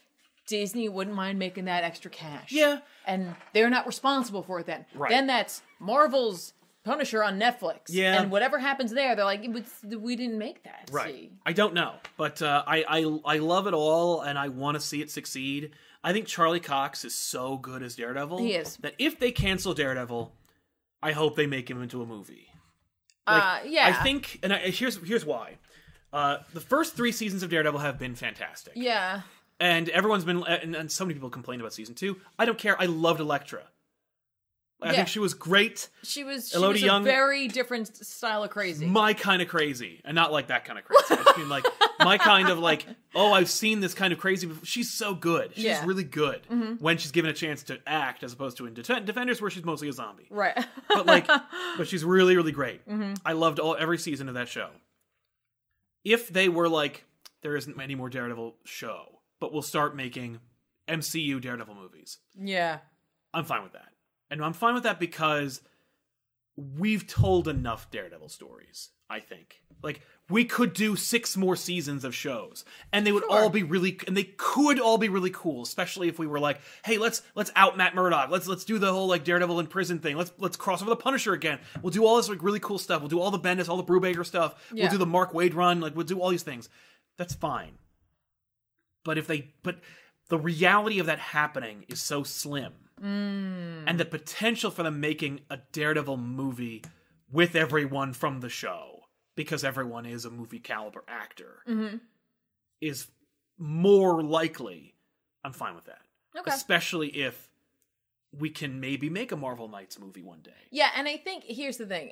[SPEAKER 2] Disney wouldn't mind making that extra cash.
[SPEAKER 1] Yeah.
[SPEAKER 2] And they're not responsible for it then.
[SPEAKER 1] Right.
[SPEAKER 2] Then that's Marvel's Punisher on Netflix.
[SPEAKER 1] Yeah.
[SPEAKER 2] And whatever happens there, they're like, "It's- we didn't make that.
[SPEAKER 1] right.
[SPEAKER 2] See?
[SPEAKER 1] I don't know, but uh, I, I I love it all, and I want to see it succeed. I think Charlie Cox is so good as Daredevil.
[SPEAKER 2] He is.
[SPEAKER 1] That if they cancel Daredevil, I hope they make him into a movie.
[SPEAKER 2] uh, yeah.
[SPEAKER 1] I think, and I, here's here's why. Uh, the first three seasons of Daredevil have been fantastic.
[SPEAKER 2] Yeah.
[SPEAKER 1] and everyone's been and, and so many people complained about season two i don't care i loved elektra i
[SPEAKER 2] Yeah.
[SPEAKER 1] think she was great
[SPEAKER 2] She was, she
[SPEAKER 1] Elodie
[SPEAKER 2] was
[SPEAKER 1] Young-
[SPEAKER 2] a very different style of crazy.
[SPEAKER 1] my kind of crazy and not like that kind of crazy i just mean like my kind of like oh i've seen this kind of crazy before. she's so good she's
[SPEAKER 2] Yeah.
[SPEAKER 1] really good when she's given a chance to act as opposed to in Defen- defenders where she's mostly a zombie
[SPEAKER 2] right.
[SPEAKER 1] but like but she's really really great i loved all every season of that show if they were like there isn't any more daredevil show but we'll start making mcu daredevil movies
[SPEAKER 2] yeah.
[SPEAKER 1] I'm fine with that. And I'm fine with that because we've told enough Daredevil stories, I think. Like we could do six more seasons of shows and they would
[SPEAKER 2] Sure.
[SPEAKER 1] all be really and they could all be really cool, especially if we were like, "Hey, let's let's out Matt Murdock. Let's let's do the whole like Daredevil in prison thing. Let's let's cross over the Punisher again. We'll do all this like really cool stuff. We'll do all the Bendis, all the Brubaker stuff.
[SPEAKER 2] Yeah.
[SPEAKER 1] We'll do the Mark Wade run. Like we'll do all these things." That's fine. But if they but the reality of that happening is so slim and the potential for them making a Daredevil movie with everyone from the show because everyone is a movie caliber actor is more likely. I'm fine with that,
[SPEAKER 2] Okay.
[SPEAKER 1] especially if we can maybe make a Marvel Knights movie one day.
[SPEAKER 2] Yeah, and I think here's the thing.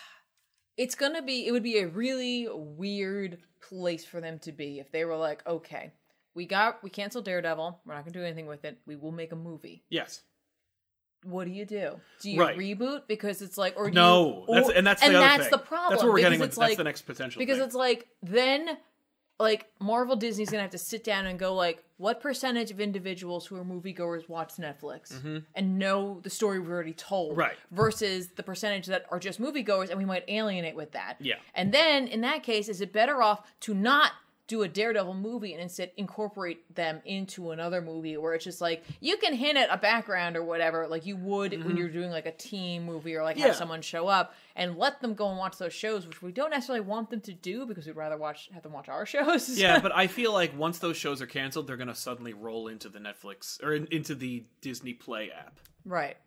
[SPEAKER 2] it's gonna be it would be a really weird place for them to be if they were like, okay, we got we canceled Daredevil, we're not gonna do anything with it, we will make a movie.
[SPEAKER 1] Yes.
[SPEAKER 2] What do you do? Do you
[SPEAKER 1] Right.
[SPEAKER 2] reboot because it's like or do
[SPEAKER 1] No.
[SPEAKER 2] you,
[SPEAKER 1] that's
[SPEAKER 2] or-
[SPEAKER 1] and that's the other
[SPEAKER 2] that's
[SPEAKER 1] thing.
[SPEAKER 2] the problem.
[SPEAKER 1] That's what we're
[SPEAKER 2] because
[SPEAKER 1] getting with
[SPEAKER 2] it's
[SPEAKER 1] that's
[SPEAKER 2] like,
[SPEAKER 1] the next potential.
[SPEAKER 2] because
[SPEAKER 1] thing.
[SPEAKER 2] it's like then like Marvel Disney's gonna have to sit down and go like what percentage of individuals who are moviegoers watch Netflix and know the story we've already told
[SPEAKER 1] Mm-hmm. Right.
[SPEAKER 2] versus the percentage that are just moviegoers and we might alienate with that.
[SPEAKER 1] Yeah.
[SPEAKER 2] And then in that case, is it better off to not do a Daredevil movie and instead incorporate them into another movie where it's just like you can hint at a background or whatever, like you would when you're doing like a team movie or like
[SPEAKER 1] Mm-hmm. Yeah.
[SPEAKER 2] have someone show up and let them go and watch those shows, which we don't necessarily want them to do because we'd rather watch have them watch our shows.
[SPEAKER 1] yeah, but I feel like once those shows are canceled, they're going to suddenly roll into the Netflix or in, into the Disney Play app.
[SPEAKER 2] right.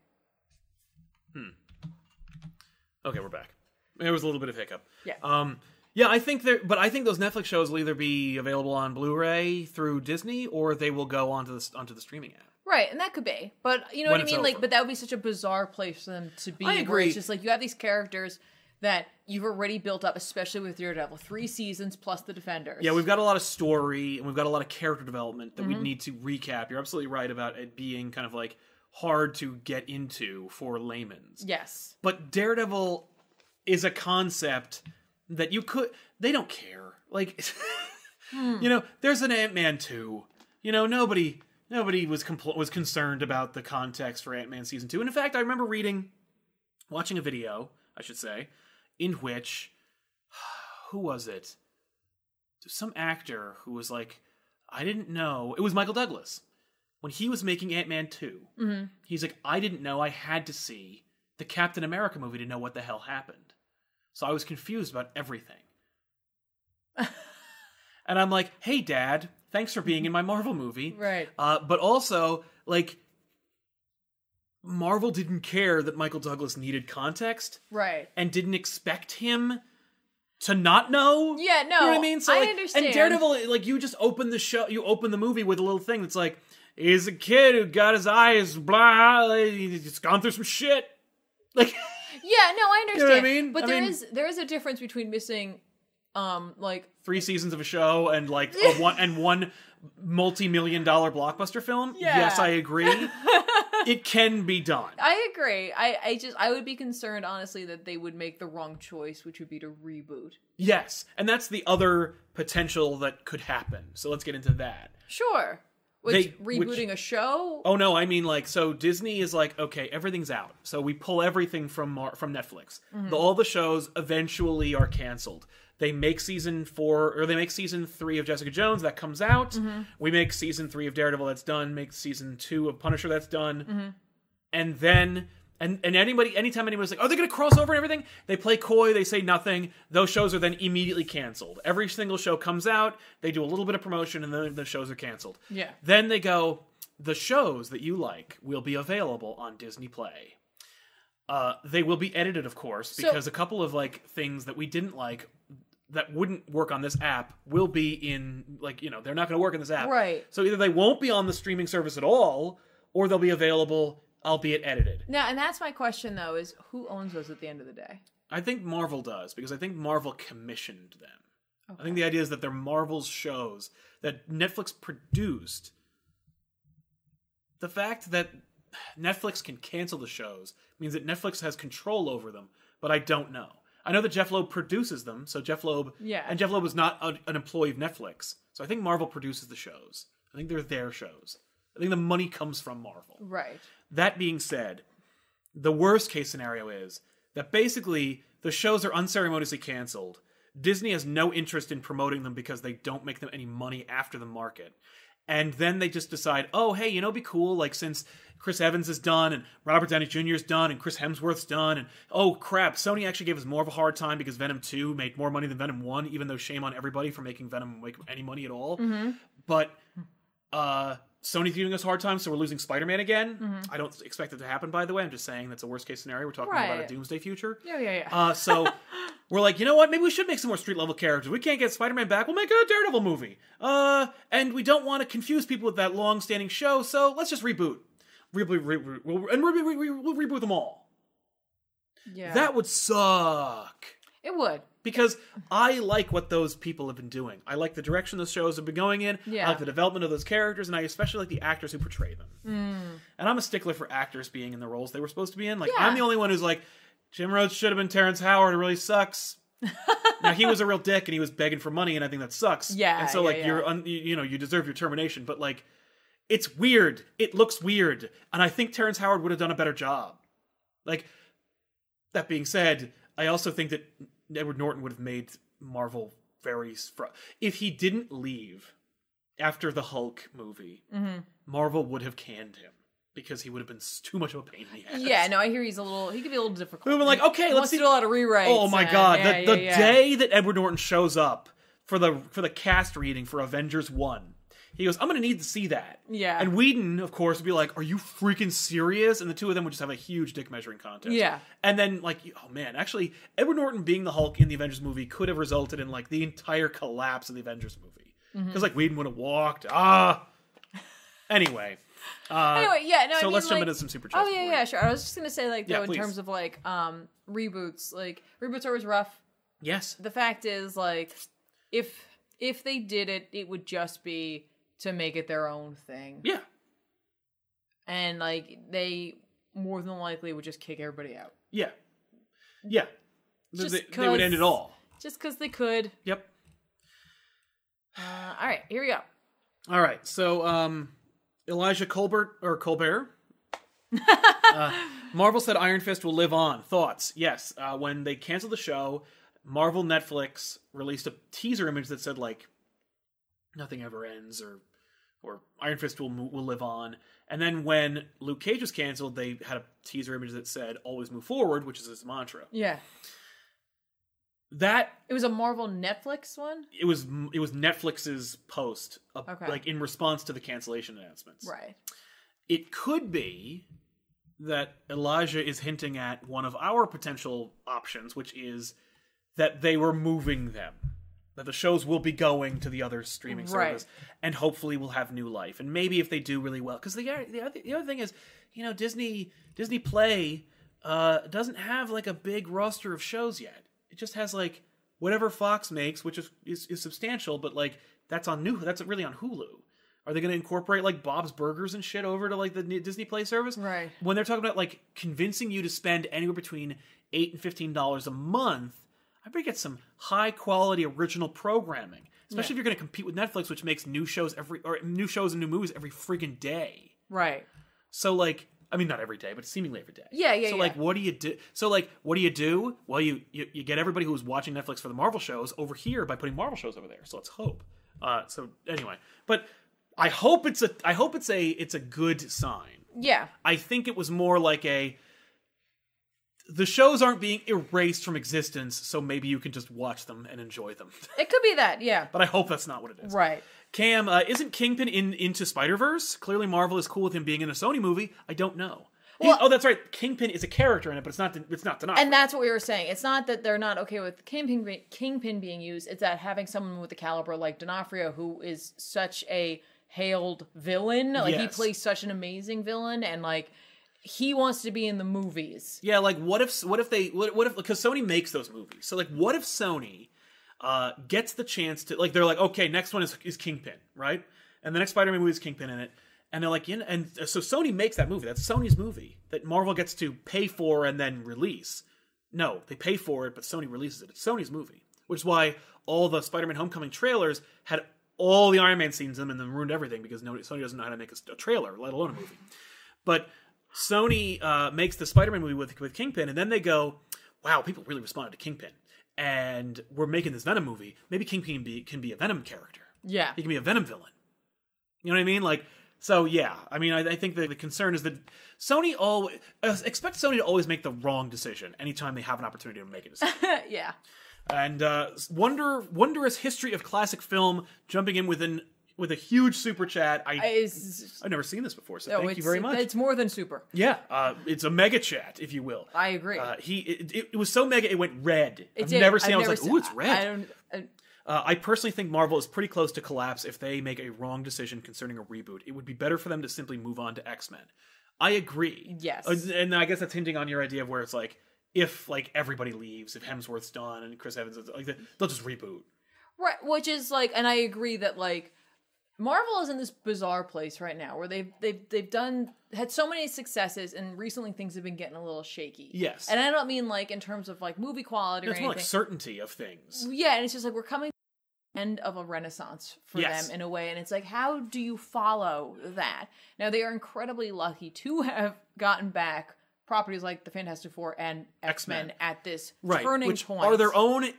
[SPEAKER 1] Okay, we're back. There was a little bit of hiccup.
[SPEAKER 2] Yeah.
[SPEAKER 1] Um, yeah, I think there, but I think those Netflix shows will either be available on Blu-ray through Disney, or they will go onto the onto the streaming app.
[SPEAKER 2] Right, and that could be, but you know
[SPEAKER 1] When
[SPEAKER 2] what I
[SPEAKER 1] it's
[SPEAKER 2] mean. Like,
[SPEAKER 1] over.
[SPEAKER 2] but that would be such a bizarre place for them to be.
[SPEAKER 1] I
[SPEAKER 2] where
[SPEAKER 1] agree.
[SPEAKER 2] It's just like you have these characters that you've already built up, especially with Daredevil, three seasons plus the Defenders.
[SPEAKER 1] Yeah, we've got a lot of story and we've got a lot of character development that we need to recap. You're absolutely right about it being kind of like hard to get into for layman's.
[SPEAKER 2] yes,
[SPEAKER 1] But Daredevil is a concept that you could they don't care. Like you know, there's an Ant-Man 2. You know, nobody nobody was compl- was concerned about the context for Ant-Man season 2. And in fact, I remember reading watching a video, I should say, in which who was it? Some actor who was like, I didn't know. It was Michael Douglas when he was making Ant Man 2. He's like, I didn't know. I had to see the Captain America movie to know what the hell happened. So I was confused about everything. and I'm like, hey, Dad, thanks for being in my Marvel movie.
[SPEAKER 2] Right.
[SPEAKER 1] Uh, but also, like, Marvel didn't care that Michael Douglas needed context
[SPEAKER 2] right.
[SPEAKER 1] and didn't expect him to not know.
[SPEAKER 2] Yeah, no,
[SPEAKER 1] you know what I mean. So
[SPEAKER 2] I
[SPEAKER 1] like,
[SPEAKER 2] understand.
[SPEAKER 1] And Daredevil, like you just open the show, you open the movie with a little thing that's like, he's a kid who got his eyes blah, he's gone through some shit. Like,
[SPEAKER 2] Yeah, no, I understand.
[SPEAKER 1] know what I mean?
[SPEAKER 2] But
[SPEAKER 1] I
[SPEAKER 2] there
[SPEAKER 1] mean-
[SPEAKER 2] is there is a difference between missing, um, like
[SPEAKER 1] three seasons of a show and like a one and one multi-million dollar blockbuster film.
[SPEAKER 2] Yeah.
[SPEAKER 1] Yes, I agree. it can be done.
[SPEAKER 2] I agree. I I just I would be concerned honestly that they would make the wrong choice, which would be to reboot.
[SPEAKER 1] Yes, and that's the other potential that could happen. So let's get into that.
[SPEAKER 2] Sure. Which
[SPEAKER 1] They- which-
[SPEAKER 2] rebooting a show?
[SPEAKER 1] Oh no, I mean like so Disney is like okay, everything's out. So we pull everything from Mar- from Netflix. The- all the shows eventually are canceled. They make season 4 or they make season 3 of Jessica Jones that comes out. We make season 3 of Daredevil that's done, make season 2 of Punisher that's done. And then and, and anybody anytime anybody's like, "Are they going to cross over and everything?" They play coy, they say nothing. Those shows are then immediately canceled. Every single show comes out, they do a little bit of promotion and then the shows are canceled.
[SPEAKER 2] Yeah.
[SPEAKER 1] Then they go, the shows that you like will be available on Disney Play. Uh, they will be edited, of course, because a couple of like things that we didn't like that wouldn't work on this app will be in like you know they're not going to work in this app.
[SPEAKER 2] Right.
[SPEAKER 1] So either they won't be on the streaming service at all, or they'll be available albeit edited.
[SPEAKER 2] Now, and that's my question though: is who owns those at the end of the day?
[SPEAKER 1] I think Marvel does because I think Marvel commissioned them. I think the idea is that they're Marvel's shows that Netflix produced. The fact that Netflix can cancel the shows means that Netflix has control over them, but I don't know. I know that Jeff Loeb produces them, so Jeff Loeb
[SPEAKER 2] Yeah.
[SPEAKER 1] and Jeff Loeb is not a, an employee of Netflix, so I think Marvel produces the shows. I think they're their shows. I think the money comes from Marvel.
[SPEAKER 2] Right.
[SPEAKER 1] That being said, the worst case scenario is that basically the shows are unceremoniously canceled. Disney has no interest in promoting them because they don't make them any money after the market. And then they just decide, oh, hey, you know, it'd be cool. Like, since Chris Evans is done and Robert Downey Jr. is done and Chris Hemsworth's done, and oh, crap, Sony actually gave us more of a hard time because Venom 2 made more money than Venom 1, even though shame on everybody for making Venom make any money at all. But uh Sony's giving us a hard time, so we're losing Spider-Man again. I don't expect it to happen, by the way. I'm just saying that's a worst case scenario. We're talking about a
[SPEAKER 2] Right.
[SPEAKER 1] doomsday future.
[SPEAKER 2] Yeah, yeah, yeah.
[SPEAKER 1] Uh, so we're like, you know what? Maybe we should make some more street level characters. We can't get Spider-Man back. We'll make a Daredevil movie. Uh, and we don't want to confuse people with that long-standing show, so let's just reboot. Reboot, re- re- we'll, and we'll, re- re- we'll reboot them all.
[SPEAKER 2] yeah.
[SPEAKER 1] That would suck.
[SPEAKER 2] It It would.
[SPEAKER 1] because I like what those people have been doing. I like the direction those shows have been going in. I
[SPEAKER 2] Yeah.
[SPEAKER 1] like the development of those characters, and I especially like the actors who portray them. And I'm a stickler for actors being in the roles they were supposed to be in. Like
[SPEAKER 2] Mm. Yeah.
[SPEAKER 1] I'm the only one who's like, Jim Rhodes should have been Terrence Howard. It really sucks. now he was a real dick, and he was begging for money, and I think that sucks.
[SPEAKER 2] Yeah,
[SPEAKER 1] And so
[SPEAKER 2] yeah,
[SPEAKER 1] like
[SPEAKER 2] yeah.
[SPEAKER 1] you're un- you- you know you deserve your termination, but like it's weird. It looks weird, and I think Terrence Howard would have done a better job. Like that being said, I also think that Edward Norton would have made Marvel very fr- if he didn't leave after the Hulk movie.
[SPEAKER 2] Mm-hmm.
[SPEAKER 1] Marvel would have canned him because he would have been s- too much of a pain in the ass.
[SPEAKER 2] Yeah, no, I hear he's a little. He could be a little difficult.
[SPEAKER 1] We were like, okay,
[SPEAKER 2] He
[SPEAKER 1] let's
[SPEAKER 2] wants
[SPEAKER 1] see.
[SPEAKER 2] to do a lot of rewrites.
[SPEAKER 1] Oh my
[SPEAKER 2] and-
[SPEAKER 1] god,
[SPEAKER 2] uh, yeah,
[SPEAKER 1] the, the
[SPEAKER 2] yeah, yeah.
[SPEAKER 1] day that Edward Norton shows up for the for the cast reading for Avengers 1. He goes, "I'm going to need to see that."
[SPEAKER 2] Yeah.
[SPEAKER 1] And Whedon, of course, would be like, "Are you freaking serious?" And the two of them would just have a huge dick measuring contest.
[SPEAKER 2] Yeah.
[SPEAKER 1] And then like, you- oh man, actually Edward Norton being the Hulk in the Avengers movie could have resulted in like the entire collapse of the Avengers movie.
[SPEAKER 2] Mm-hmm.
[SPEAKER 1] Cuz like Whedon would have walked. Ah. Anyway. Uh,
[SPEAKER 2] Anyway, yeah, no. I
[SPEAKER 1] so
[SPEAKER 2] mean,
[SPEAKER 1] let's jump
[SPEAKER 2] like-
[SPEAKER 1] into some super chats.
[SPEAKER 2] Oh yeah,
[SPEAKER 1] before we-
[SPEAKER 2] yeah, sure. I was just gonna say, like,
[SPEAKER 1] Yeah,
[SPEAKER 2] though, in
[SPEAKER 1] please.
[SPEAKER 2] terms of like um reboots, like reboots are always rough.
[SPEAKER 1] Yes.
[SPEAKER 2] The fact is, like, if if they did it, it would just be to make it their own thing,
[SPEAKER 1] Yeah.
[SPEAKER 2] and like they more than likely would just kick everybody out,
[SPEAKER 1] Yeah. Yeah. Th-
[SPEAKER 2] Just
[SPEAKER 1] They, they would end it
[SPEAKER 2] 'cause-
[SPEAKER 1] all.
[SPEAKER 2] just because they could.
[SPEAKER 1] Yep.
[SPEAKER 2] Uh, all right, here we go.
[SPEAKER 1] All right. So um, Elijah Colbert or Colbert. Uh, Marvel said Iron Fist will live on. Thoughts? Yes. Uh, when they canceled the show, Marvel Netflix released a teaser image that said like nothing ever ends or or Iron Fist will mo- will live on. And then when Luke Cage was canceled, they had a teaser image that said always move forward, which is his mantra.
[SPEAKER 2] Yeah,
[SPEAKER 1] That
[SPEAKER 2] it was a Marvel Netflix one,
[SPEAKER 1] it was it was Netflix's post uh,
[SPEAKER 2] Okay.
[SPEAKER 1] like in response to the cancellation announcements.
[SPEAKER 2] right?
[SPEAKER 1] It could be that Elijah is hinting at one of our potential options, which is that they were moving them. That the shows will be going to the other streaming
[SPEAKER 2] Right.
[SPEAKER 1] service, and hopefully will have new life. And maybe if they do really well, because the, other- the other the other thing is, you know, Disney Disney Play uh, doesn't have like a big roster of shows yet. It just has like whatever Fox makes, which is is, is substantial, but like that's on new. That's really on Hulu. Are they going to incorporate like Bob's Burgers and shit over to like the Ni- Disney Play service?
[SPEAKER 2] Right.
[SPEAKER 1] When they're talking about like convincing you to spend anywhere between eight and fifteen dollars a month, I better get some high quality original programming. Especially if you're going to compete with Netflix, which makes new shows every or new shows and new movies every freaking day.
[SPEAKER 2] Right.
[SPEAKER 1] So like, I mean, not every day, but seemingly every day.
[SPEAKER 2] Yeah, yeah,
[SPEAKER 1] So
[SPEAKER 2] yeah.
[SPEAKER 1] like, what do you do? So like, what do you do? Well, you, you you get everybody who's watching Netflix for the Marvel shows over here by putting Marvel shows over there. So let's hope. Uh, so anyway, but I hope it's a I hope it's a it's a good sign.
[SPEAKER 2] Yeah.
[SPEAKER 1] I think it was more like a the shows aren't being erased from existence, so maybe you can just watch them and enjoy them.
[SPEAKER 2] It could be that. Yeah.
[SPEAKER 1] but I hope that's not what it is.
[SPEAKER 2] Right.
[SPEAKER 1] Cam, uh, isn't Kingpin in into Spider Verse? Clearly, Marvel is cool with him being in a Sony movie. I don't know. He-
[SPEAKER 2] Well-
[SPEAKER 1] oh, that's right. Kingpin is a character in it, but it's not. It's not denied.
[SPEAKER 2] And that's what we were saying. It's not that they're not okay with Kingpin, be- Kingpin being used. It's that having someone with the caliber like D'Onofrio, who is such a hailed villain, like he
[SPEAKER 1] Yes.
[SPEAKER 2] plays such an amazing villain, and like he wants to be in the movies.
[SPEAKER 1] yeah, like what if? What if they? What, what if? Because Sony makes those movies. So like, what if Sony uh, gets the chance to like? They're like, okay, next one is is Kingpin, right? And the next Spider-Man movie is Kingpin in it. And they're like, you know, and so Sony makes that movie. That's Sony's movie that Marvel gets to pay for and then release. No, they pay for it, but Sony releases it. It's Sony's movie, which is why all the Spider-Man: Homecoming trailers had all the Iron Man scenes in them, and then ruined everything because nobody, Sony doesn't know how to make a, s- a trailer, let alone a movie. But Sony uh, makes the Spider-Man movie with with Kingpin, and then they go, "Wow, people really responded to Kingpin, and we're making this Venom movie. Maybe Kingpin can be can be a Venom character.
[SPEAKER 2] Yeah.
[SPEAKER 1] He can be a Venom villain. You know what I mean? Like." So yeah, I mean, I, I think that the concern is that Sony always expect Sony to always make the wrong decision anytime they have an opportunity to make a decision.
[SPEAKER 2] yeah.
[SPEAKER 1] and uh, wonder wondrous history of classic film jumping in with an with a huge super chat. I, I
[SPEAKER 2] It's,
[SPEAKER 1] have never seen this before, so
[SPEAKER 2] no,
[SPEAKER 1] thank
[SPEAKER 2] it's,
[SPEAKER 1] you very much.
[SPEAKER 2] It's more than super.
[SPEAKER 1] Yeah, uh, it's a mega chat, if you will.
[SPEAKER 2] I agree.
[SPEAKER 1] Uh, he it, it, it was so mega it went red.
[SPEAKER 2] It
[SPEAKER 1] I've
[SPEAKER 2] did-
[SPEAKER 1] never seen. I was
[SPEAKER 2] never
[SPEAKER 1] like,
[SPEAKER 2] seen-
[SPEAKER 1] ooh, it's
[SPEAKER 2] I
[SPEAKER 1] red.
[SPEAKER 2] don't. I,
[SPEAKER 1] I, uh, I personally think Marvel is pretty close to collapse if they make a wrong decision concerning a reboot. It would be better for them to simply move on to X Men. I agree.
[SPEAKER 2] Yes.
[SPEAKER 1] Uh, and I guess that's hinting on your idea of where it's like if like everybody leaves, if Hemsworth's done and Chris Evans, is- like they'll just reboot.
[SPEAKER 2] Right, which is like, and I agree that like Marvel is in this bizarre place right now where they've they've they've done had so many successes, and recently things have been getting a little shaky.
[SPEAKER 1] Yes.
[SPEAKER 2] and I don't mean like in terms of like movie quality or
[SPEAKER 1] It's more like
[SPEAKER 2] anything.
[SPEAKER 1] certainty of things.
[SPEAKER 2] yeah, and it's just like we're coming to the end of a renaissance for
[SPEAKER 1] Yes.
[SPEAKER 2] them in a way, and it's like how do you follow that? Now they are incredibly lucky to have gotten back properties like the Fantastic Four and X Men
[SPEAKER 1] X-Men.
[SPEAKER 2] at this
[SPEAKER 1] Right.
[SPEAKER 2] turning
[SPEAKER 1] which
[SPEAKER 2] point.
[SPEAKER 1] are their own,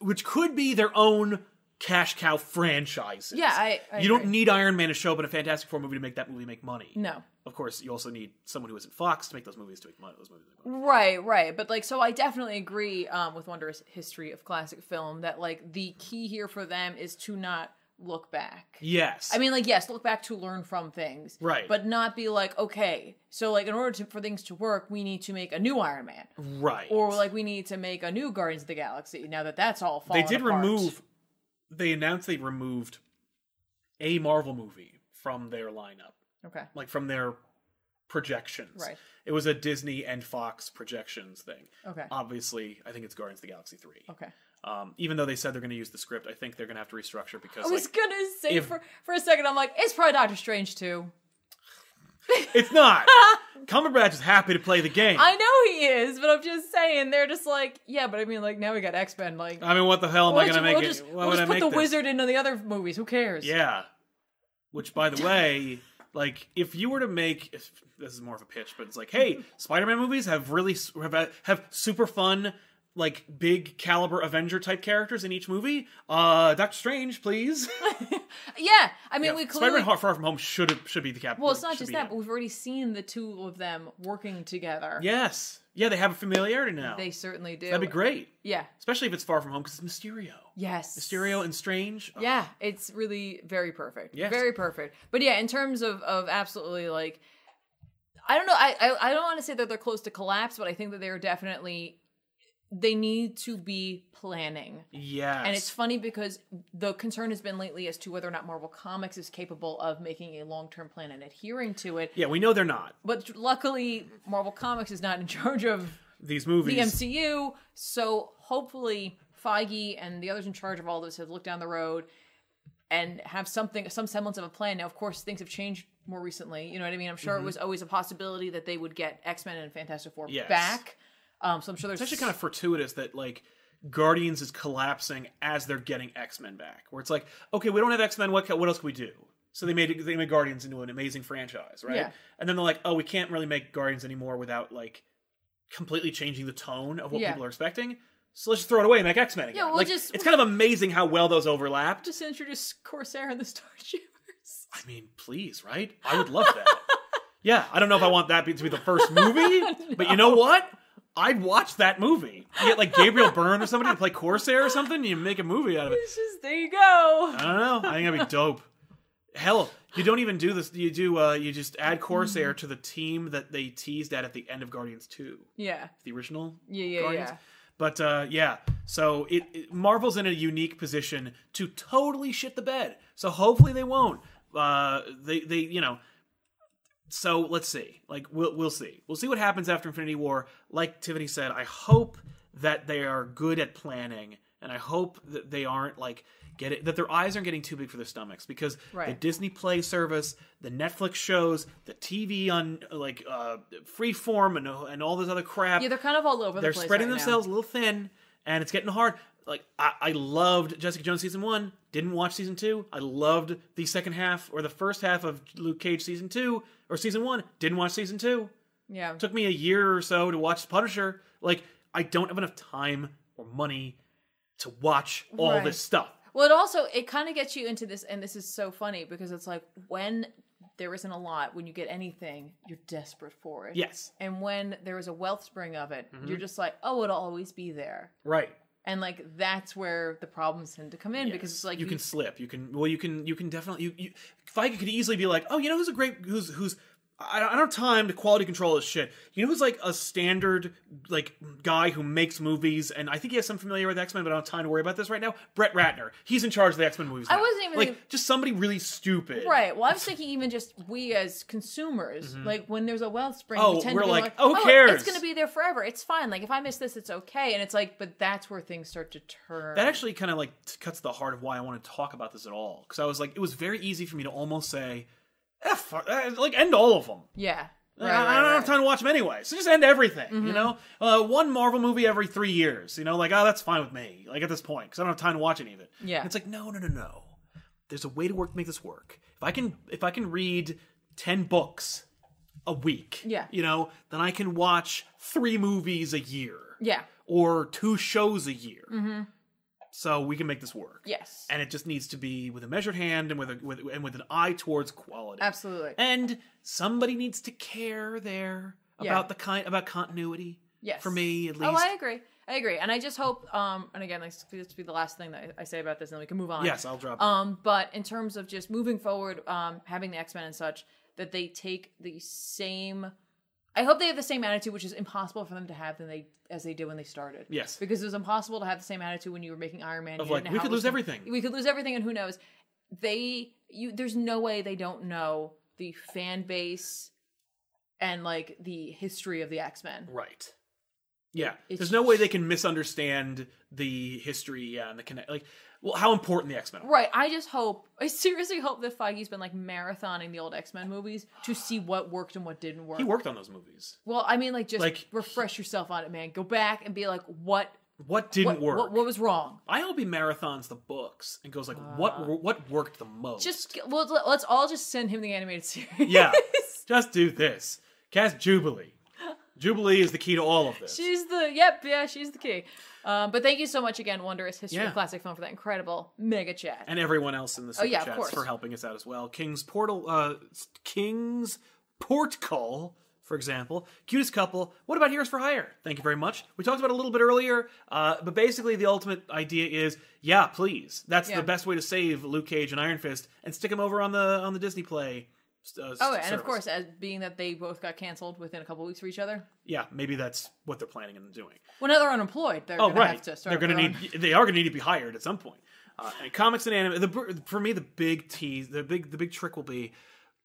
[SPEAKER 1] which could be their own cash cow franchises.
[SPEAKER 2] Yeah, I- I
[SPEAKER 1] you don't
[SPEAKER 2] agree.
[SPEAKER 1] need Iron Man to show up in a Fantastic Four movie to make that movie make money.
[SPEAKER 2] no.
[SPEAKER 1] Of course, you also need someone who isn't Fox to make those movies to make money. Those movies make money.
[SPEAKER 2] Right, right. But like so I definitely agree um with Wondrous History of Classic Film that like the key here for them is to not look back.
[SPEAKER 1] Yes.
[SPEAKER 2] I mean like yes, look back to learn from things.
[SPEAKER 1] Right.
[SPEAKER 2] But not be like, okay, so like in order to, for things to work, we need to make a new Iron Man.
[SPEAKER 1] right.
[SPEAKER 2] Or like we need to make a new Guardians of the Galaxy now that that's all
[SPEAKER 1] they
[SPEAKER 2] fallen
[SPEAKER 1] did
[SPEAKER 2] apart.
[SPEAKER 1] remove. They announced they removed a Marvel movie from their lineup,
[SPEAKER 2] Okay.
[SPEAKER 1] like from their projections.
[SPEAKER 2] Right.
[SPEAKER 1] It was a Disney and Fox projections thing.
[SPEAKER 2] Okay.
[SPEAKER 1] Obviously, I think it's Guardians of the Galaxy three.
[SPEAKER 2] Okay.
[SPEAKER 1] Um, even though they said they're going to use the script, I think they're going to have to restructure because
[SPEAKER 2] I was
[SPEAKER 1] like,
[SPEAKER 2] gonna say
[SPEAKER 1] if-
[SPEAKER 2] for for a second I'm like, it's probably Doctor Strange too.
[SPEAKER 1] it's not. Cumberbatch is happy to play the game.
[SPEAKER 2] I know he is, but I'm just saying they're just like, yeah, but I mean like now we got X Men, like
[SPEAKER 1] I mean, what the hell am I going to make?
[SPEAKER 2] we'll
[SPEAKER 1] it?
[SPEAKER 2] just,
[SPEAKER 1] Why
[SPEAKER 2] we'll
[SPEAKER 1] would
[SPEAKER 2] just
[SPEAKER 1] I
[SPEAKER 2] put
[SPEAKER 1] make
[SPEAKER 2] the
[SPEAKER 1] this?
[SPEAKER 2] wizard into the other movies. Who cares?
[SPEAKER 1] Yeah. Which, by the way, like if you were to make if, this is more of a pitch, but it's like, hey, Spider-Man movies have really s- have, uh, have super fun, like big caliber Avenger type characters in each movie. Uh, Doctor Strange, please.
[SPEAKER 2] Yeah. I mean, we clearly.
[SPEAKER 1] Spider-Man Far, Far From Home should have- should be the captain.
[SPEAKER 2] well, it's not just that, but we've already seen the two of them working together.
[SPEAKER 1] yes, yeah, they have a familiarity now.
[SPEAKER 2] They certainly do.
[SPEAKER 1] That'd be great,
[SPEAKER 2] Yeah.
[SPEAKER 1] especially if it's Far From Home because it's Mysterio,
[SPEAKER 2] Yes.
[SPEAKER 1] Mysterio and Strange. Oh,
[SPEAKER 2] Yeah, it's really very perfect.
[SPEAKER 1] Yes.
[SPEAKER 2] Very perfect. But yeah, in terms of of absolutely like I don't know, I I, I don't want to say that they're close to collapse, but I think that they are definitely they need to be planning.
[SPEAKER 1] Yes,
[SPEAKER 2] And it's funny because the concern has been lately as to whether or not Marvel Comics is capable of making a long term plan and adhering to it.
[SPEAKER 1] yeah, we know they're not
[SPEAKER 2] But luckily, Marvel Comics is not in charge of
[SPEAKER 1] these
[SPEAKER 2] the
[SPEAKER 1] movies.
[SPEAKER 2] MCU. So hopefully, Feige and the others in charge of all this have looked down the road and have something, some semblance of a plan. Now, of course, things have changed more recently. You know what I mean? I'm sure it was always a possibility that they would get X Men and Fantastic Four
[SPEAKER 1] Yes.
[SPEAKER 2] back. Um, so I'm sure there's
[SPEAKER 1] It's actually kind of fortuitous that like Guardians is collapsing as they're getting X Men back, where it's like, okay, we don't have X Men. What what else can we do? So they made they made Guardians into an amazing franchise, right?
[SPEAKER 2] Yeah.
[SPEAKER 1] And then they're like, oh, we can't really make Guardians anymore without like completely changing the tone of what
[SPEAKER 2] Yeah.
[SPEAKER 1] people are expecting. So let's just throw it away and make X Men again.
[SPEAKER 2] Yeah, we'll
[SPEAKER 1] Like,
[SPEAKER 2] just-
[SPEAKER 1] it's kind of amazing how well those overlapped.
[SPEAKER 2] just introduce Corsair and the Starshippers.
[SPEAKER 1] I mean, please, right? I would love that. yeah, I don't know if I want that be- to be the first movie, but you know what? I'd watch that movie. You get like Gabriel Byrne or somebody to play Corsair or something, and you make a movie out of it.
[SPEAKER 2] It's just there you go.
[SPEAKER 1] I don't know. I think that'd be dope. Hell, you don't even do this. You do. Uh, you just add Corsair to the team that they teased at at the end of Guardians Two,
[SPEAKER 2] Yeah.
[SPEAKER 1] the original.
[SPEAKER 2] Yeah, yeah,
[SPEAKER 1] Guardians.
[SPEAKER 2] yeah.
[SPEAKER 1] But uh, yeah, so it, it Marvel's in a unique position to totally shit the bed. So hopefully they won't. Uh, they they you know. So let's see. Like we'll we'll see. We'll see what happens after Infinity War. Like Tiffany said, I hope that they are good at planning, and I hope that they aren't like get it that their eyes aren't getting too big for their stomachs because the
[SPEAKER 2] Right.
[SPEAKER 1] Disney Play service, the Netflix shows, the TV on like uh, Freeform and and all this other crap
[SPEAKER 2] Yeah, they're kind of all over
[SPEAKER 1] they're
[SPEAKER 2] the place.
[SPEAKER 1] spreading
[SPEAKER 2] right now.
[SPEAKER 1] themselves a little thin and it's getting hard like I, I loved jessica jones season one didn't watch season two i loved the second half or the first half of luke cage season two or season one didn't watch season two
[SPEAKER 2] Yeah.
[SPEAKER 1] took me a year or so to watch punisher like i don't have enough time or money to watch all
[SPEAKER 2] Right.
[SPEAKER 1] this stuff
[SPEAKER 2] Well, it also it kind of gets you into this, and this is so funny because it's like when there isn't a lot, when you get anything, you're desperate for it.
[SPEAKER 1] yes
[SPEAKER 2] And when there is a wellspring of it,
[SPEAKER 1] Mm-hmm.
[SPEAKER 2] you're just like, oh, it'll always be there.
[SPEAKER 1] right
[SPEAKER 2] And like that's where the problems tend to come in because
[SPEAKER 1] Yes.
[SPEAKER 2] it's like
[SPEAKER 1] you, can slip. You can well, you can you can definitely. You, you Feige could easily be like, oh, you know who's a great who's who's I I don't have time to quality control this shit. You know who's like a standard like guy who makes movies, and I think he has some familiarity with X Men, but I don't have time to worry about this right now. Brett Ratner, he's in charge of the X Men movies.
[SPEAKER 2] I
[SPEAKER 1] now.
[SPEAKER 2] wasn't even
[SPEAKER 1] like
[SPEAKER 2] thinking-
[SPEAKER 1] just somebody really stupid,
[SPEAKER 2] Right. Well, I was thinking even just we as consumers, like when there's a wellspring,
[SPEAKER 1] Mm-hmm. Oh,
[SPEAKER 2] we tend
[SPEAKER 1] we're
[SPEAKER 2] to be
[SPEAKER 1] like,
[SPEAKER 2] like,
[SPEAKER 1] "Oh, who cares?"
[SPEAKER 2] It's going to be there forever. It's fine. Like if I miss this, it's okay. And it's like, but that's where things start to turn.
[SPEAKER 1] That actually kind of like t- cuts to the heart of why I want to talk about this at all, because I was like, it was very easy for me to almost say, F, uh, like end all of them.
[SPEAKER 2] yeah.
[SPEAKER 1] I- I, don't have
[SPEAKER 2] right. Mm-hmm.
[SPEAKER 1] time to watch them anyway. So just end everything, you know? Uh, one Marvel movie every three years, you know? Like, oh, that's fine with me, like at this point, because I don't have time to watch any of it.
[SPEAKER 2] Yeah.
[SPEAKER 1] It's like, no, no, no, no. There's a way to work to make this work. If I can, if I can read 10 books a week,
[SPEAKER 2] Yeah.
[SPEAKER 1] you know, then I can watch three movies a year
[SPEAKER 2] Yeah. Mm-hmm.
[SPEAKER 1] or two shows a year. So we can make this work.
[SPEAKER 2] Yes.
[SPEAKER 1] And it just needs to be with a measured hand and with a with, and with an eye towards quality.
[SPEAKER 2] Absolutely.
[SPEAKER 1] And somebody needs to care there
[SPEAKER 2] Yeah.
[SPEAKER 1] about the kind about continuity.
[SPEAKER 2] Yes.
[SPEAKER 1] For me, at least.
[SPEAKER 2] Oh, I agree. I agree. And I just hope, um, and again, this this will be the last thing that I I say about this, and then we can move on.
[SPEAKER 1] yes, I'll drop. it.
[SPEAKER 2] Um, but in terms of just moving forward, um, having the X Men and such, that they take the same. I hope they have the same attitude, which is impossible for them to have than they as they did when they started.
[SPEAKER 1] Yes.
[SPEAKER 2] because it was impossible to have the same attitude when you were making Iron Man.
[SPEAKER 1] Of
[SPEAKER 2] You didn't
[SPEAKER 1] like,
[SPEAKER 2] know
[SPEAKER 1] we
[SPEAKER 2] how
[SPEAKER 1] could
[SPEAKER 2] it was
[SPEAKER 1] lose
[SPEAKER 2] gonna-
[SPEAKER 1] everything.
[SPEAKER 2] We could lose everything, and who knows? They, you, there's no way they don't know the fan base and like the history of the X Men.
[SPEAKER 1] Right. Yeah.
[SPEAKER 2] It's-
[SPEAKER 1] There's no way they can misunderstand the history yeah, and the connect. Like, well, how important the X Men are.
[SPEAKER 2] Right. I just hope, I seriously hope that Feige's been like marathoning the old X Men movies to see what worked and what didn't work.
[SPEAKER 1] He worked on those movies.
[SPEAKER 2] Well, I mean, like just
[SPEAKER 1] Like-
[SPEAKER 2] refresh yourself on it, man. Go back and be like, what
[SPEAKER 1] What didn't
[SPEAKER 2] what,
[SPEAKER 1] work?
[SPEAKER 2] What, what was wrong?
[SPEAKER 1] I hope he marathons the books and goes like, what what worked the most?
[SPEAKER 2] Uh. Just well, let- let's all just send him the animated series.
[SPEAKER 1] yeah, just do this. Cast Jubilee. Jubilee is the key to all of this.
[SPEAKER 2] she's the yep, yeah, she's the key. Um, but thank you so much again, Wondrous History
[SPEAKER 1] Yeah.
[SPEAKER 2] of Classic Film, for that incredible mega chat.
[SPEAKER 1] and everyone else in the super
[SPEAKER 2] Oh, yeah, of
[SPEAKER 1] chats
[SPEAKER 2] course.
[SPEAKER 1] for helping us out as well. King's Portal, uh, King's Portcull, for example, cutest couple. What about Heroes for Hire? Thank you very much. We talked about it a little bit earlier, uh, but basically the ultimate idea is, yeah, please. That's
[SPEAKER 2] Yeah.
[SPEAKER 1] the best way to save Luke Cage and Iron Fist and stick him over on the on the Disney Play. Uh,
[SPEAKER 2] oh, and of course, as being that they both got canceled within a couple weeks for each other,
[SPEAKER 1] yeah, maybe that's what they're planning and doing.
[SPEAKER 2] well, now they're unemployed. They're
[SPEAKER 1] Oh,
[SPEAKER 2] gonna
[SPEAKER 1] right.
[SPEAKER 2] have to start.
[SPEAKER 1] They're going to
[SPEAKER 2] their own-
[SPEAKER 1] need. They are going to need to be hired at some point. Uh, and comics and anime. The br- for me, the big tease, the big the big trick will be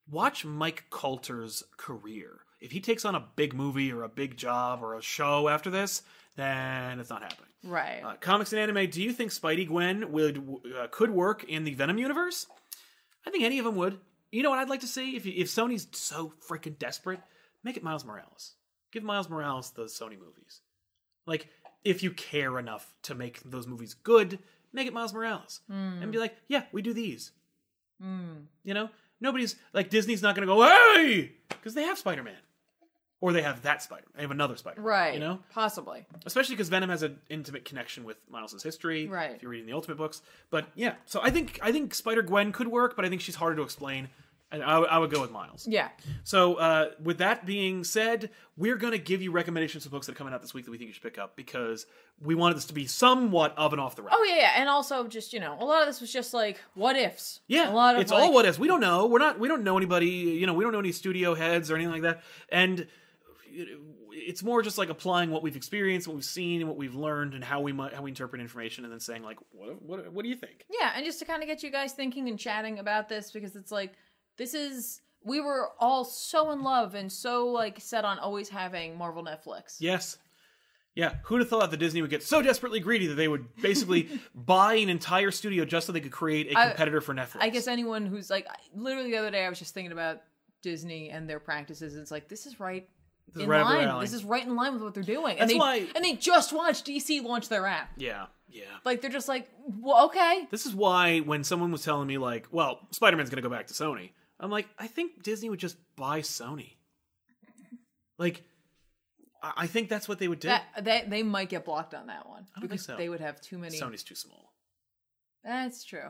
[SPEAKER 1] watch Mike Coulter's career. If he takes on a big movie or a big job or a show after this, then it's not happening.
[SPEAKER 2] right.
[SPEAKER 1] Uh, comics and anime. Do you think Spidey Gwen would uh, could work in the Venom universe? I think any of them would. You know what I'd like to see if if Sony's so freaking desperate, make it Miles Morales. Give Miles Morales the Sony movies. Like if you care enough to make those movies good, make it Miles Morales and be like, yeah, we do these.
[SPEAKER 2] Mm,
[SPEAKER 1] You know, nobody's like Disney's not going to go hey because they have Spider Man. Or they have that Spider. They have another Spider.
[SPEAKER 2] right.
[SPEAKER 1] You know,
[SPEAKER 2] possibly.
[SPEAKER 1] especially because Venom has an intimate connection with Miles's history.
[SPEAKER 2] Right.
[SPEAKER 1] If you're reading the Ultimate books, but yeah, so I think I think Spider Gwen could work, but I think she's harder to explain, and I, I would go with Miles.
[SPEAKER 2] Yeah.
[SPEAKER 1] So uh, with that being said, we're gonna give you recommendations of books that are coming out this week that we think you should pick up because we wanted this to be somewhat of an off the rack.
[SPEAKER 2] Oh yeah, yeah, and also just you know, a lot of this was just like what ifs.
[SPEAKER 1] Yeah,
[SPEAKER 2] a lot of
[SPEAKER 1] it's
[SPEAKER 2] like,
[SPEAKER 1] all what ifs. We don't know. We're not. We don't know anybody. You know, we don't know any studio heads or anything like that. And it's more just like applying what we've experienced, what we've seen, and what we've learned, and how we might, how we interpret information, and then saying like, what what what do you think?
[SPEAKER 2] Yeah, and just to kind of get you guys thinking and chatting about this because it's like this is we were all so in love and so like set on always having Marvel Netflix.
[SPEAKER 1] Yes. Yeah, who'd have thought that Disney would get so desperately greedy that they would basically buy an entire studio just so they could create a
[SPEAKER 2] I-
[SPEAKER 1] competitor for Netflix?
[SPEAKER 2] I guess anyone who's like I- literally the other day I was just thinking about Disney and their practices. It's like this is right
[SPEAKER 1] is
[SPEAKER 2] in
[SPEAKER 1] right up our
[SPEAKER 2] line.
[SPEAKER 1] alley.
[SPEAKER 2] This is right in line with what they're doing.
[SPEAKER 1] That's
[SPEAKER 2] and they
[SPEAKER 1] why-
[SPEAKER 2] and they just watched DC launch their app.
[SPEAKER 1] Yeah, yeah.
[SPEAKER 2] Like they're just like, well, okay,
[SPEAKER 1] This is why when someone was telling me like, well, Spider-Man's going to go back to Sony. I'm like, I think Disney would just buy Sony. Like I I think that's what they would do.
[SPEAKER 2] that they they might get blocked on that one
[SPEAKER 1] don't think
[SPEAKER 2] because
[SPEAKER 1] so.
[SPEAKER 2] they would have too many.
[SPEAKER 1] Sony's too small.
[SPEAKER 2] That's true.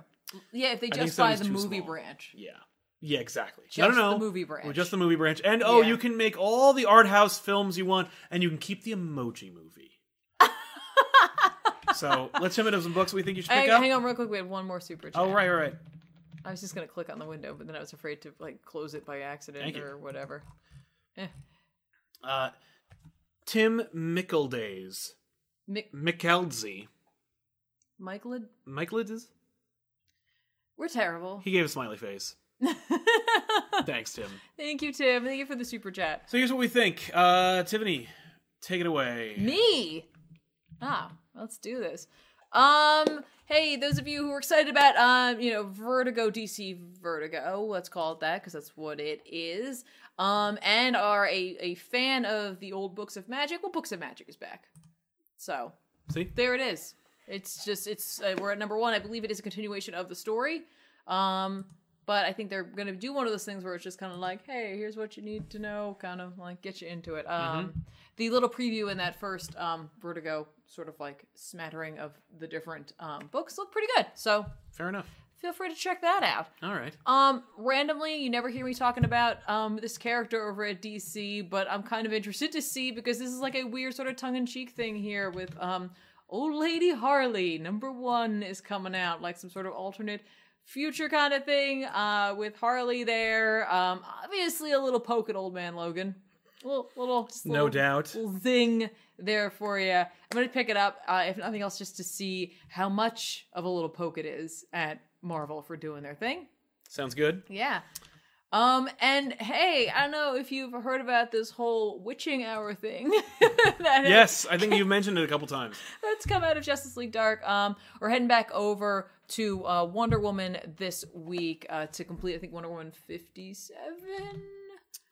[SPEAKER 2] Yeah, if they
[SPEAKER 1] think
[SPEAKER 2] just buy
[SPEAKER 1] Sony's
[SPEAKER 2] the
[SPEAKER 1] too
[SPEAKER 2] movie
[SPEAKER 1] small.
[SPEAKER 2] branch.
[SPEAKER 1] Yeah. Yeah, exactly. no,
[SPEAKER 2] Just
[SPEAKER 1] no, no.
[SPEAKER 2] the movie
[SPEAKER 1] Well,
[SPEAKER 2] branch.
[SPEAKER 1] just the movie branch. And oh,
[SPEAKER 2] Yeah.
[SPEAKER 1] you can make all the art house films you want and you can keep the emoji movie. so, let's jump into some books we think you should pick
[SPEAKER 2] Hang,
[SPEAKER 1] up.
[SPEAKER 2] hang on real quick. We had one more super chat.
[SPEAKER 1] Oh, right, right, right.
[SPEAKER 2] I was just gonna click on the window, but then I was afraid to like close it by accident
[SPEAKER 1] Thank you.
[SPEAKER 2] or whatever.
[SPEAKER 1] Uh, Tim Mickledays.
[SPEAKER 2] Mick
[SPEAKER 1] Mikeldzy.
[SPEAKER 2] Michael,
[SPEAKER 1] Michaelides?
[SPEAKER 2] we're terrible.
[SPEAKER 1] He gave a smiley face. Thanks, Tim.
[SPEAKER 2] Thank you, Tim. Thank you for the super chat.
[SPEAKER 1] So here's what we think. Uh, Tiffany, take it away.
[SPEAKER 2] Me. Ah, let's do this. Um, hey, those of you who are excited about um, you know, Vertigo DC Vertigo, let's call it that because that's what it is. Um, and are a a fan of the old Books of Magic. Well, Books of Magic is back, so
[SPEAKER 1] See?
[SPEAKER 2] there it is. It's just it's uh, we're at number one. I believe it is a continuation of the story. Um, but I think they're gonna do one of those things where it's just kind of like, hey, here's what you need to know, kind of like get you into it. Um, the little preview in that first um Vertigo sort of like smattering of the different um books look pretty good. So
[SPEAKER 1] Fair enough.
[SPEAKER 2] feel free to check that out.
[SPEAKER 1] All right.
[SPEAKER 2] Um, randomly, you never hear me talking about um this character over at DC, but I'm kind of interested to see because this is like a weird sort of tongue-in-cheek thing here with um old lady Harley number one is coming out like some sort of alternate future kind of thing uh with Harley there. Um, obviously a little poke at old man Logan, little little just a
[SPEAKER 1] No
[SPEAKER 2] little-
[SPEAKER 1] doubt.
[SPEAKER 2] little zing there for you. I'm gonna pick it up, uh, if nothing else, just to see how much of a little poke it is at Marvel for doing their thing.
[SPEAKER 1] Sounds good.
[SPEAKER 2] Yeah. Um, and hey, I don't know if you've heard about this whole witching hour thing. that has-
[SPEAKER 1] Yes, I think you mentioned it a couple times.
[SPEAKER 2] that's come out of Justice League Dark. Um, we're heading back over to uh, Wonder Woman this week uh, to complete, I think, Wonder Woman 57.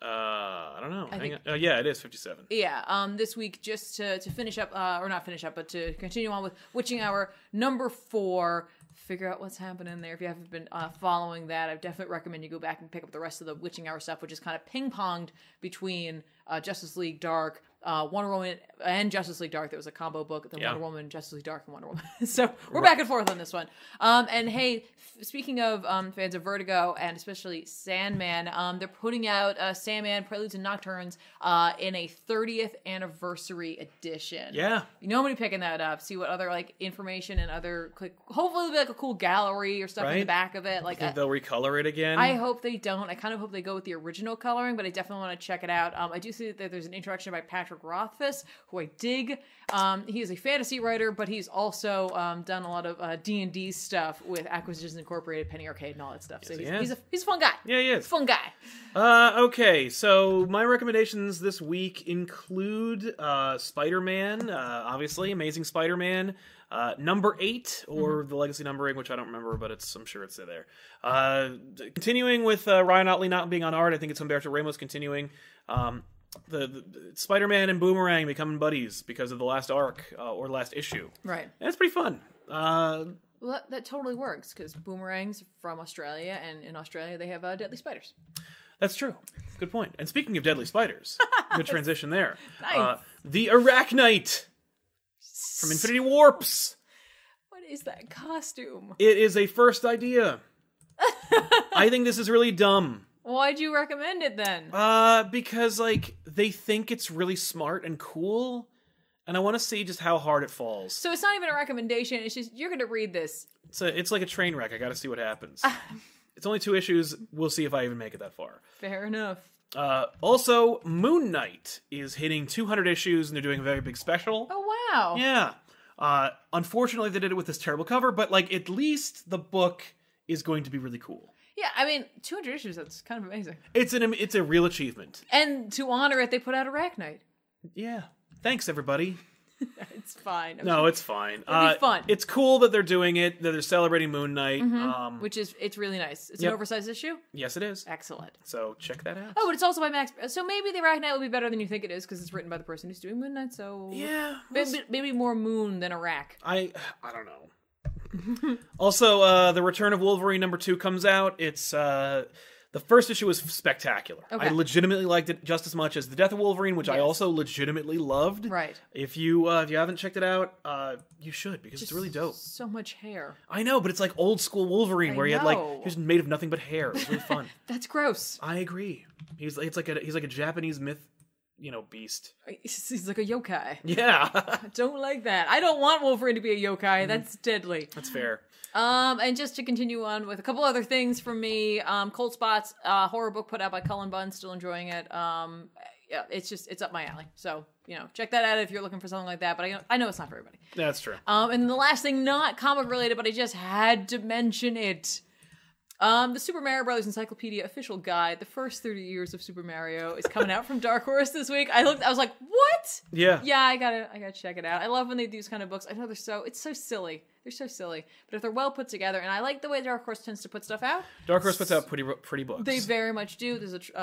[SPEAKER 1] Uh, I don't know. Hang
[SPEAKER 2] think-
[SPEAKER 1] on. Uh, yeah, it is 57.
[SPEAKER 2] Yeah, um, this week just to to finish up, uh, or not finish up, but to continue on with Witching Hour number four. Figure out what's happening there. If you haven't been uh, following that, I definitely recommend you go back and pick up the rest of the Witching Hour stuff, which is kind of ping ponged between uh, Justice League Dark, uh, Wonder Woman, and Justice League Dark. There was a combo book, then
[SPEAKER 1] Yeah.
[SPEAKER 2] Wonder Woman, Justice League Dark, and Wonder Woman. so we're back and forth on this one. Um, and hey, f- speaking of um, fans of Vertigo and especially Sandman, um, they're putting out uh, Sandman Preludes and Nocturnes uh, in a 30th anniversary edition.
[SPEAKER 1] Yeah.
[SPEAKER 2] You know, nobody picking that up. See what other like information and other click. Hopefully, there'll be like a cool gallery or stuff in the
[SPEAKER 1] Right.
[SPEAKER 2] back of it. Like uh,
[SPEAKER 1] Think
[SPEAKER 2] a-
[SPEAKER 1] they'll recolor it again.
[SPEAKER 2] I hope they don't. I kind of hope they go with the original coloring, but I definitely want to check it out. Um, I do see that there's an introduction by Patrick Rothfuss, who I dig. Um, he is a fantasy writer, but he's also um, done a lot of D and D stuff with Acquisitions Incorporated, Penny Arcade, and all that stuff. So
[SPEAKER 1] he
[SPEAKER 2] he's,
[SPEAKER 1] is.
[SPEAKER 2] he's a he's a fun guy.
[SPEAKER 1] yeah, he is.
[SPEAKER 2] Fun guy.
[SPEAKER 1] Uh, okay, so my recommendations this week include uh, Spider Man, uh, obviously, Amazing Spider Man, uh, number eight, or the legacy numbering, which I don't remember, but it's I'm sure it's there. Uh, d- continuing with uh, Ryan Otley not being on art, I think it's Humberto Ramos continuing. Um, the, the Spider Man and Boomerang becoming buddies because of the last arc uh, or last issue.
[SPEAKER 2] Right.
[SPEAKER 1] And it's pretty fun. Uh,
[SPEAKER 2] Well, that, that totally works because boomerangs from Australia, and in Australia they have uh, deadly spiders.
[SPEAKER 1] That's true. Good point. And speaking of deadly spiders, good transition there.
[SPEAKER 2] Nice.
[SPEAKER 1] Uh, the Arachnite from Infinity Warps.
[SPEAKER 2] What is that costume?
[SPEAKER 1] It is a first idea. I think this is really dumb.
[SPEAKER 2] Why'd you recommend it then?
[SPEAKER 1] Uh, because like they think it's really smart and cool, and I want to see just how hard it falls.
[SPEAKER 2] so it's not even a recommendation. It's just you're going to read this.
[SPEAKER 1] It's a, it's like a train wreck. I got to see what happens. it's only two issues. We'll see if I even make it that far.
[SPEAKER 2] Fair enough.
[SPEAKER 1] Uh, also, Moon Knight is hitting 200 issues, and they're doing a very big special.
[SPEAKER 2] Oh wow.
[SPEAKER 1] Yeah. Uh, unfortunately, they did it with this terrible cover, but like at least the book is going to be really cool.
[SPEAKER 2] Yeah, I mean, 200 issues, that's kind of amazing.
[SPEAKER 1] It's an it's a real achievement.
[SPEAKER 2] And to honor it, they put out Arachnite.
[SPEAKER 1] Yeah. Thanks everybody.
[SPEAKER 2] It's fine.
[SPEAKER 1] No, it's fine. It'll
[SPEAKER 2] be fun. Mm-hmm.
[SPEAKER 1] It's cool that they're doing it. That they're celebrating Moon Knight. Um,
[SPEAKER 2] Which is, it's really nice. It's
[SPEAKER 1] Yep.
[SPEAKER 2] an oversized issue.
[SPEAKER 1] yes, it is.
[SPEAKER 2] Excellent.
[SPEAKER 1] So check that out.
[SPEAKER 2] Oh, but it's also by Max. So maybe the Arachnite will be better than you think it is because it's written by the person who's doing Moon Knight, so.
[SPEAKER 1] yeah. we'll
[SPEAKER 2] Maybe, maybe more moon than Iraq.
[SPEAKER 1] I I don't know. also, uh, the Return of Wolverine number two comes out. It's uh, the first issue was spectacular.
[SPEAKER 2] Okay.
[SPEAKER 1] I legitimately liked it just as much as the Death of Wolverine, which I
[SPEAKER 2] Yes.
[SPEAKER 1] also legitimately loved.
[SPEAKER 2] Right.
[SPEAKER 1] If you uh, if you haven't checked it out, uh, you should because it's really dope.
[SPEAKER 2] So much hair.
[SPEAKER 1] I know, but it's like old school Wolverine
[SPEAKER 2] I
[SPEAKER 1] where he had like
[SPEAKER 2] know.
[SPEAKER 1] he was made of nothing but hair. It's really fun.
[SPEAKER 2] That's gross.
[SPEAKER 1] I agree. He's it's like a he's like a Japanese myth, you know, beast.
[SPEAKER 2] He's like a yokai.
[SPEAKER 1] Yeah, Mm.
[SPEAKER 2] I don't like that. I don't want Wolverine to be a yokai. That's deadly.
[SPEAKER 1] that's fair.
[SPEAKER 2] Um, and just to continue on with a couple other things from me, um, Cold Spots, uh, horror book put out by Cullen Bunn, still enjoying it. Um, yeah, it's just it's up my alley. So you know, check that out if you're looking for something like that. But I, I know it's not for everybody.
[SPEAKER 1] That's true.
[SPEAKER 2] Um, and the last thing, not comic related, but I just had to mention it. Um, the Super Mario Brothers Encyclopedia Official Guide, the first 30 years of Super Mario, is coming out from Dark Horse this week. I looked, I was like, what?
[SPEAKER 1] Yeah.
[SPEAKER 2] Yeah, I gotta, I gotta check it out. I love when they do these kind of books. I know they're so, it's so silly. They're so silly, but if they're well put together, and I like the way Dark Horse tends to put stuff out,
[SPEAKER 1] Dark Horse puts out pretty pretty books.
[SPEAKER 2] they very much do. There's a, tr- uh,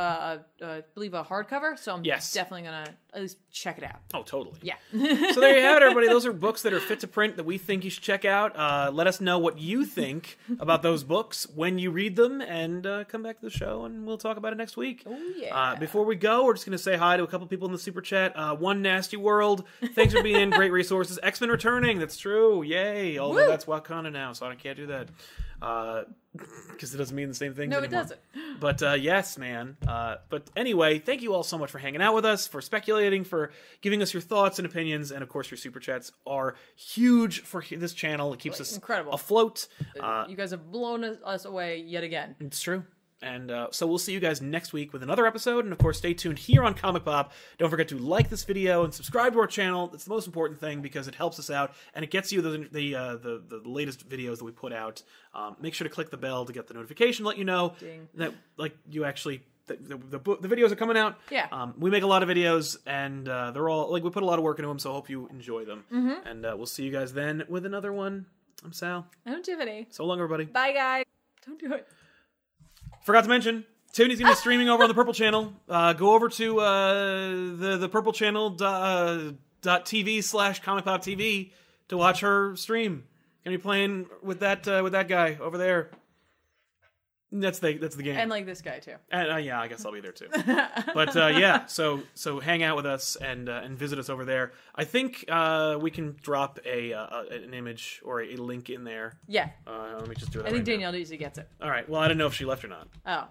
[SPEAKER 2] uh, I believe a hardcover, so I'm
[SPEAKER 1] Yes.
[SPEAKER 2] definitely gonna at least check it out.
[SPEAKER 1] oh, totally.
[SPEAKER 2] Yeah.
[SPEAKER 1] So there you have it, everybody. Those are books that are fit to print that we think you should check out. Uh, let us know what you think about those books when you read them, and uh, come back to the show, and we'll talk about it next week.
[SPEAKER 2] Oh, yeah.
[SPEAKER 1] Uh, before we go, we're just going to say hi to a couple people in the super chat. Uh, One Nasty World, thanks for being in. Great resources. X Men returning. That's true. Yay! Although
[SPEAKER 2] Woo.
[SPEAKER 1] that's Wakanda now, so I can't do that Uh, because it doesn't mean the same thing.
[SPEAKER 2] No, it
[SPEAKER 1] anymore.
[SPEAKER 2] doesn't.
[SPEAKER 1] But uh, yes, man. Uh, but anyway, thank you all so much for hanging out with us, for speculating, for giving us your thoughts and opinions, and of course, your super chats are huge for he- this channel. It keeps us
[SPEAKER 2] Incredible.
[SPEAKER 1] afloat. Uh, Mm.
[SPEAKER 2] you guys have blown us- us away yet again.
[SPEAKER 1] it's true. And uh, so we'll see you guys next week with another episode. And of course, stay tuned here on Comic Pop. Don't forget to like this video and subscribe to our channel. That's the most important thing because it helps us out and it gets you the the uh, the, the latest videos that we put out. Um, make sure to click the bell to get the notification, let you know
[SPEAKER 2] Ding.
[SPEAKER 1] that like you actually. The, the, the, bo- the videos are coming out.
[SPEAKER 2] Yeah.
[SPEAKER 1] Um, we make a lot of videos, and uh, they're all like we put a lot of work into them. So I hope you enjoy them.
[SPEAKER 2] Mm-hmm.
[SPEAKER 1] And uh, we'll see you guys then with another one. I'm Sal.
[SPEAKER 2] I don't do any.
[SPEAKER 1] So long, everybody.
[SPEAKER 2] Bye, guys. Don't do it.
[SPEAKER 1] Forgot to mention, Tiffany's gonna be streaming over on the Purple Channel. Uh, go over to uh, the the Purple Channel do- uh, dot TV slash Comic Pop TV to watch her stream. Gonna be playing with that uh, with that guy over there. That's the that's the game.
[SPEAKER 2] And like this guy too.
[SPEAKER 1] And, uh, yeah, I guess I'll be there too. but uh, yeah, so so hang out with us and uh, and visit us over there. I think uh, we can drop a uh, an image or a link in there.
[SPEAKER 2] Yeah.
[SPEAKER 1] Uh, let me just do that.
[SPEAKER 2] I think
[SPEAKER 1] right now.
[SPEAKER 2] Danielle usually gets it.
[SPEAKER 1] All right. Well, I don't know if she left or not.
[SPEAKER 2] Oh.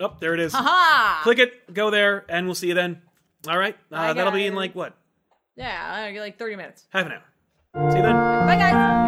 [SPEAKER 1] Oh, there it is.
[SPEAKER 2] Ha!
[SPEAKER 1] click it, go there, and we'll see you then. All right, uh,
[SPEAKER 2] Bye,
[SPEAKER 1] that'll be in
[SPEAKER 2] guys.
[SPEAKER 1] like what
[SPEAKER 2] Yeah, I get like 30 minutes.
[SPEAKER 1] half an hour. See you then.
[SPEAKER 2] Bye, guys.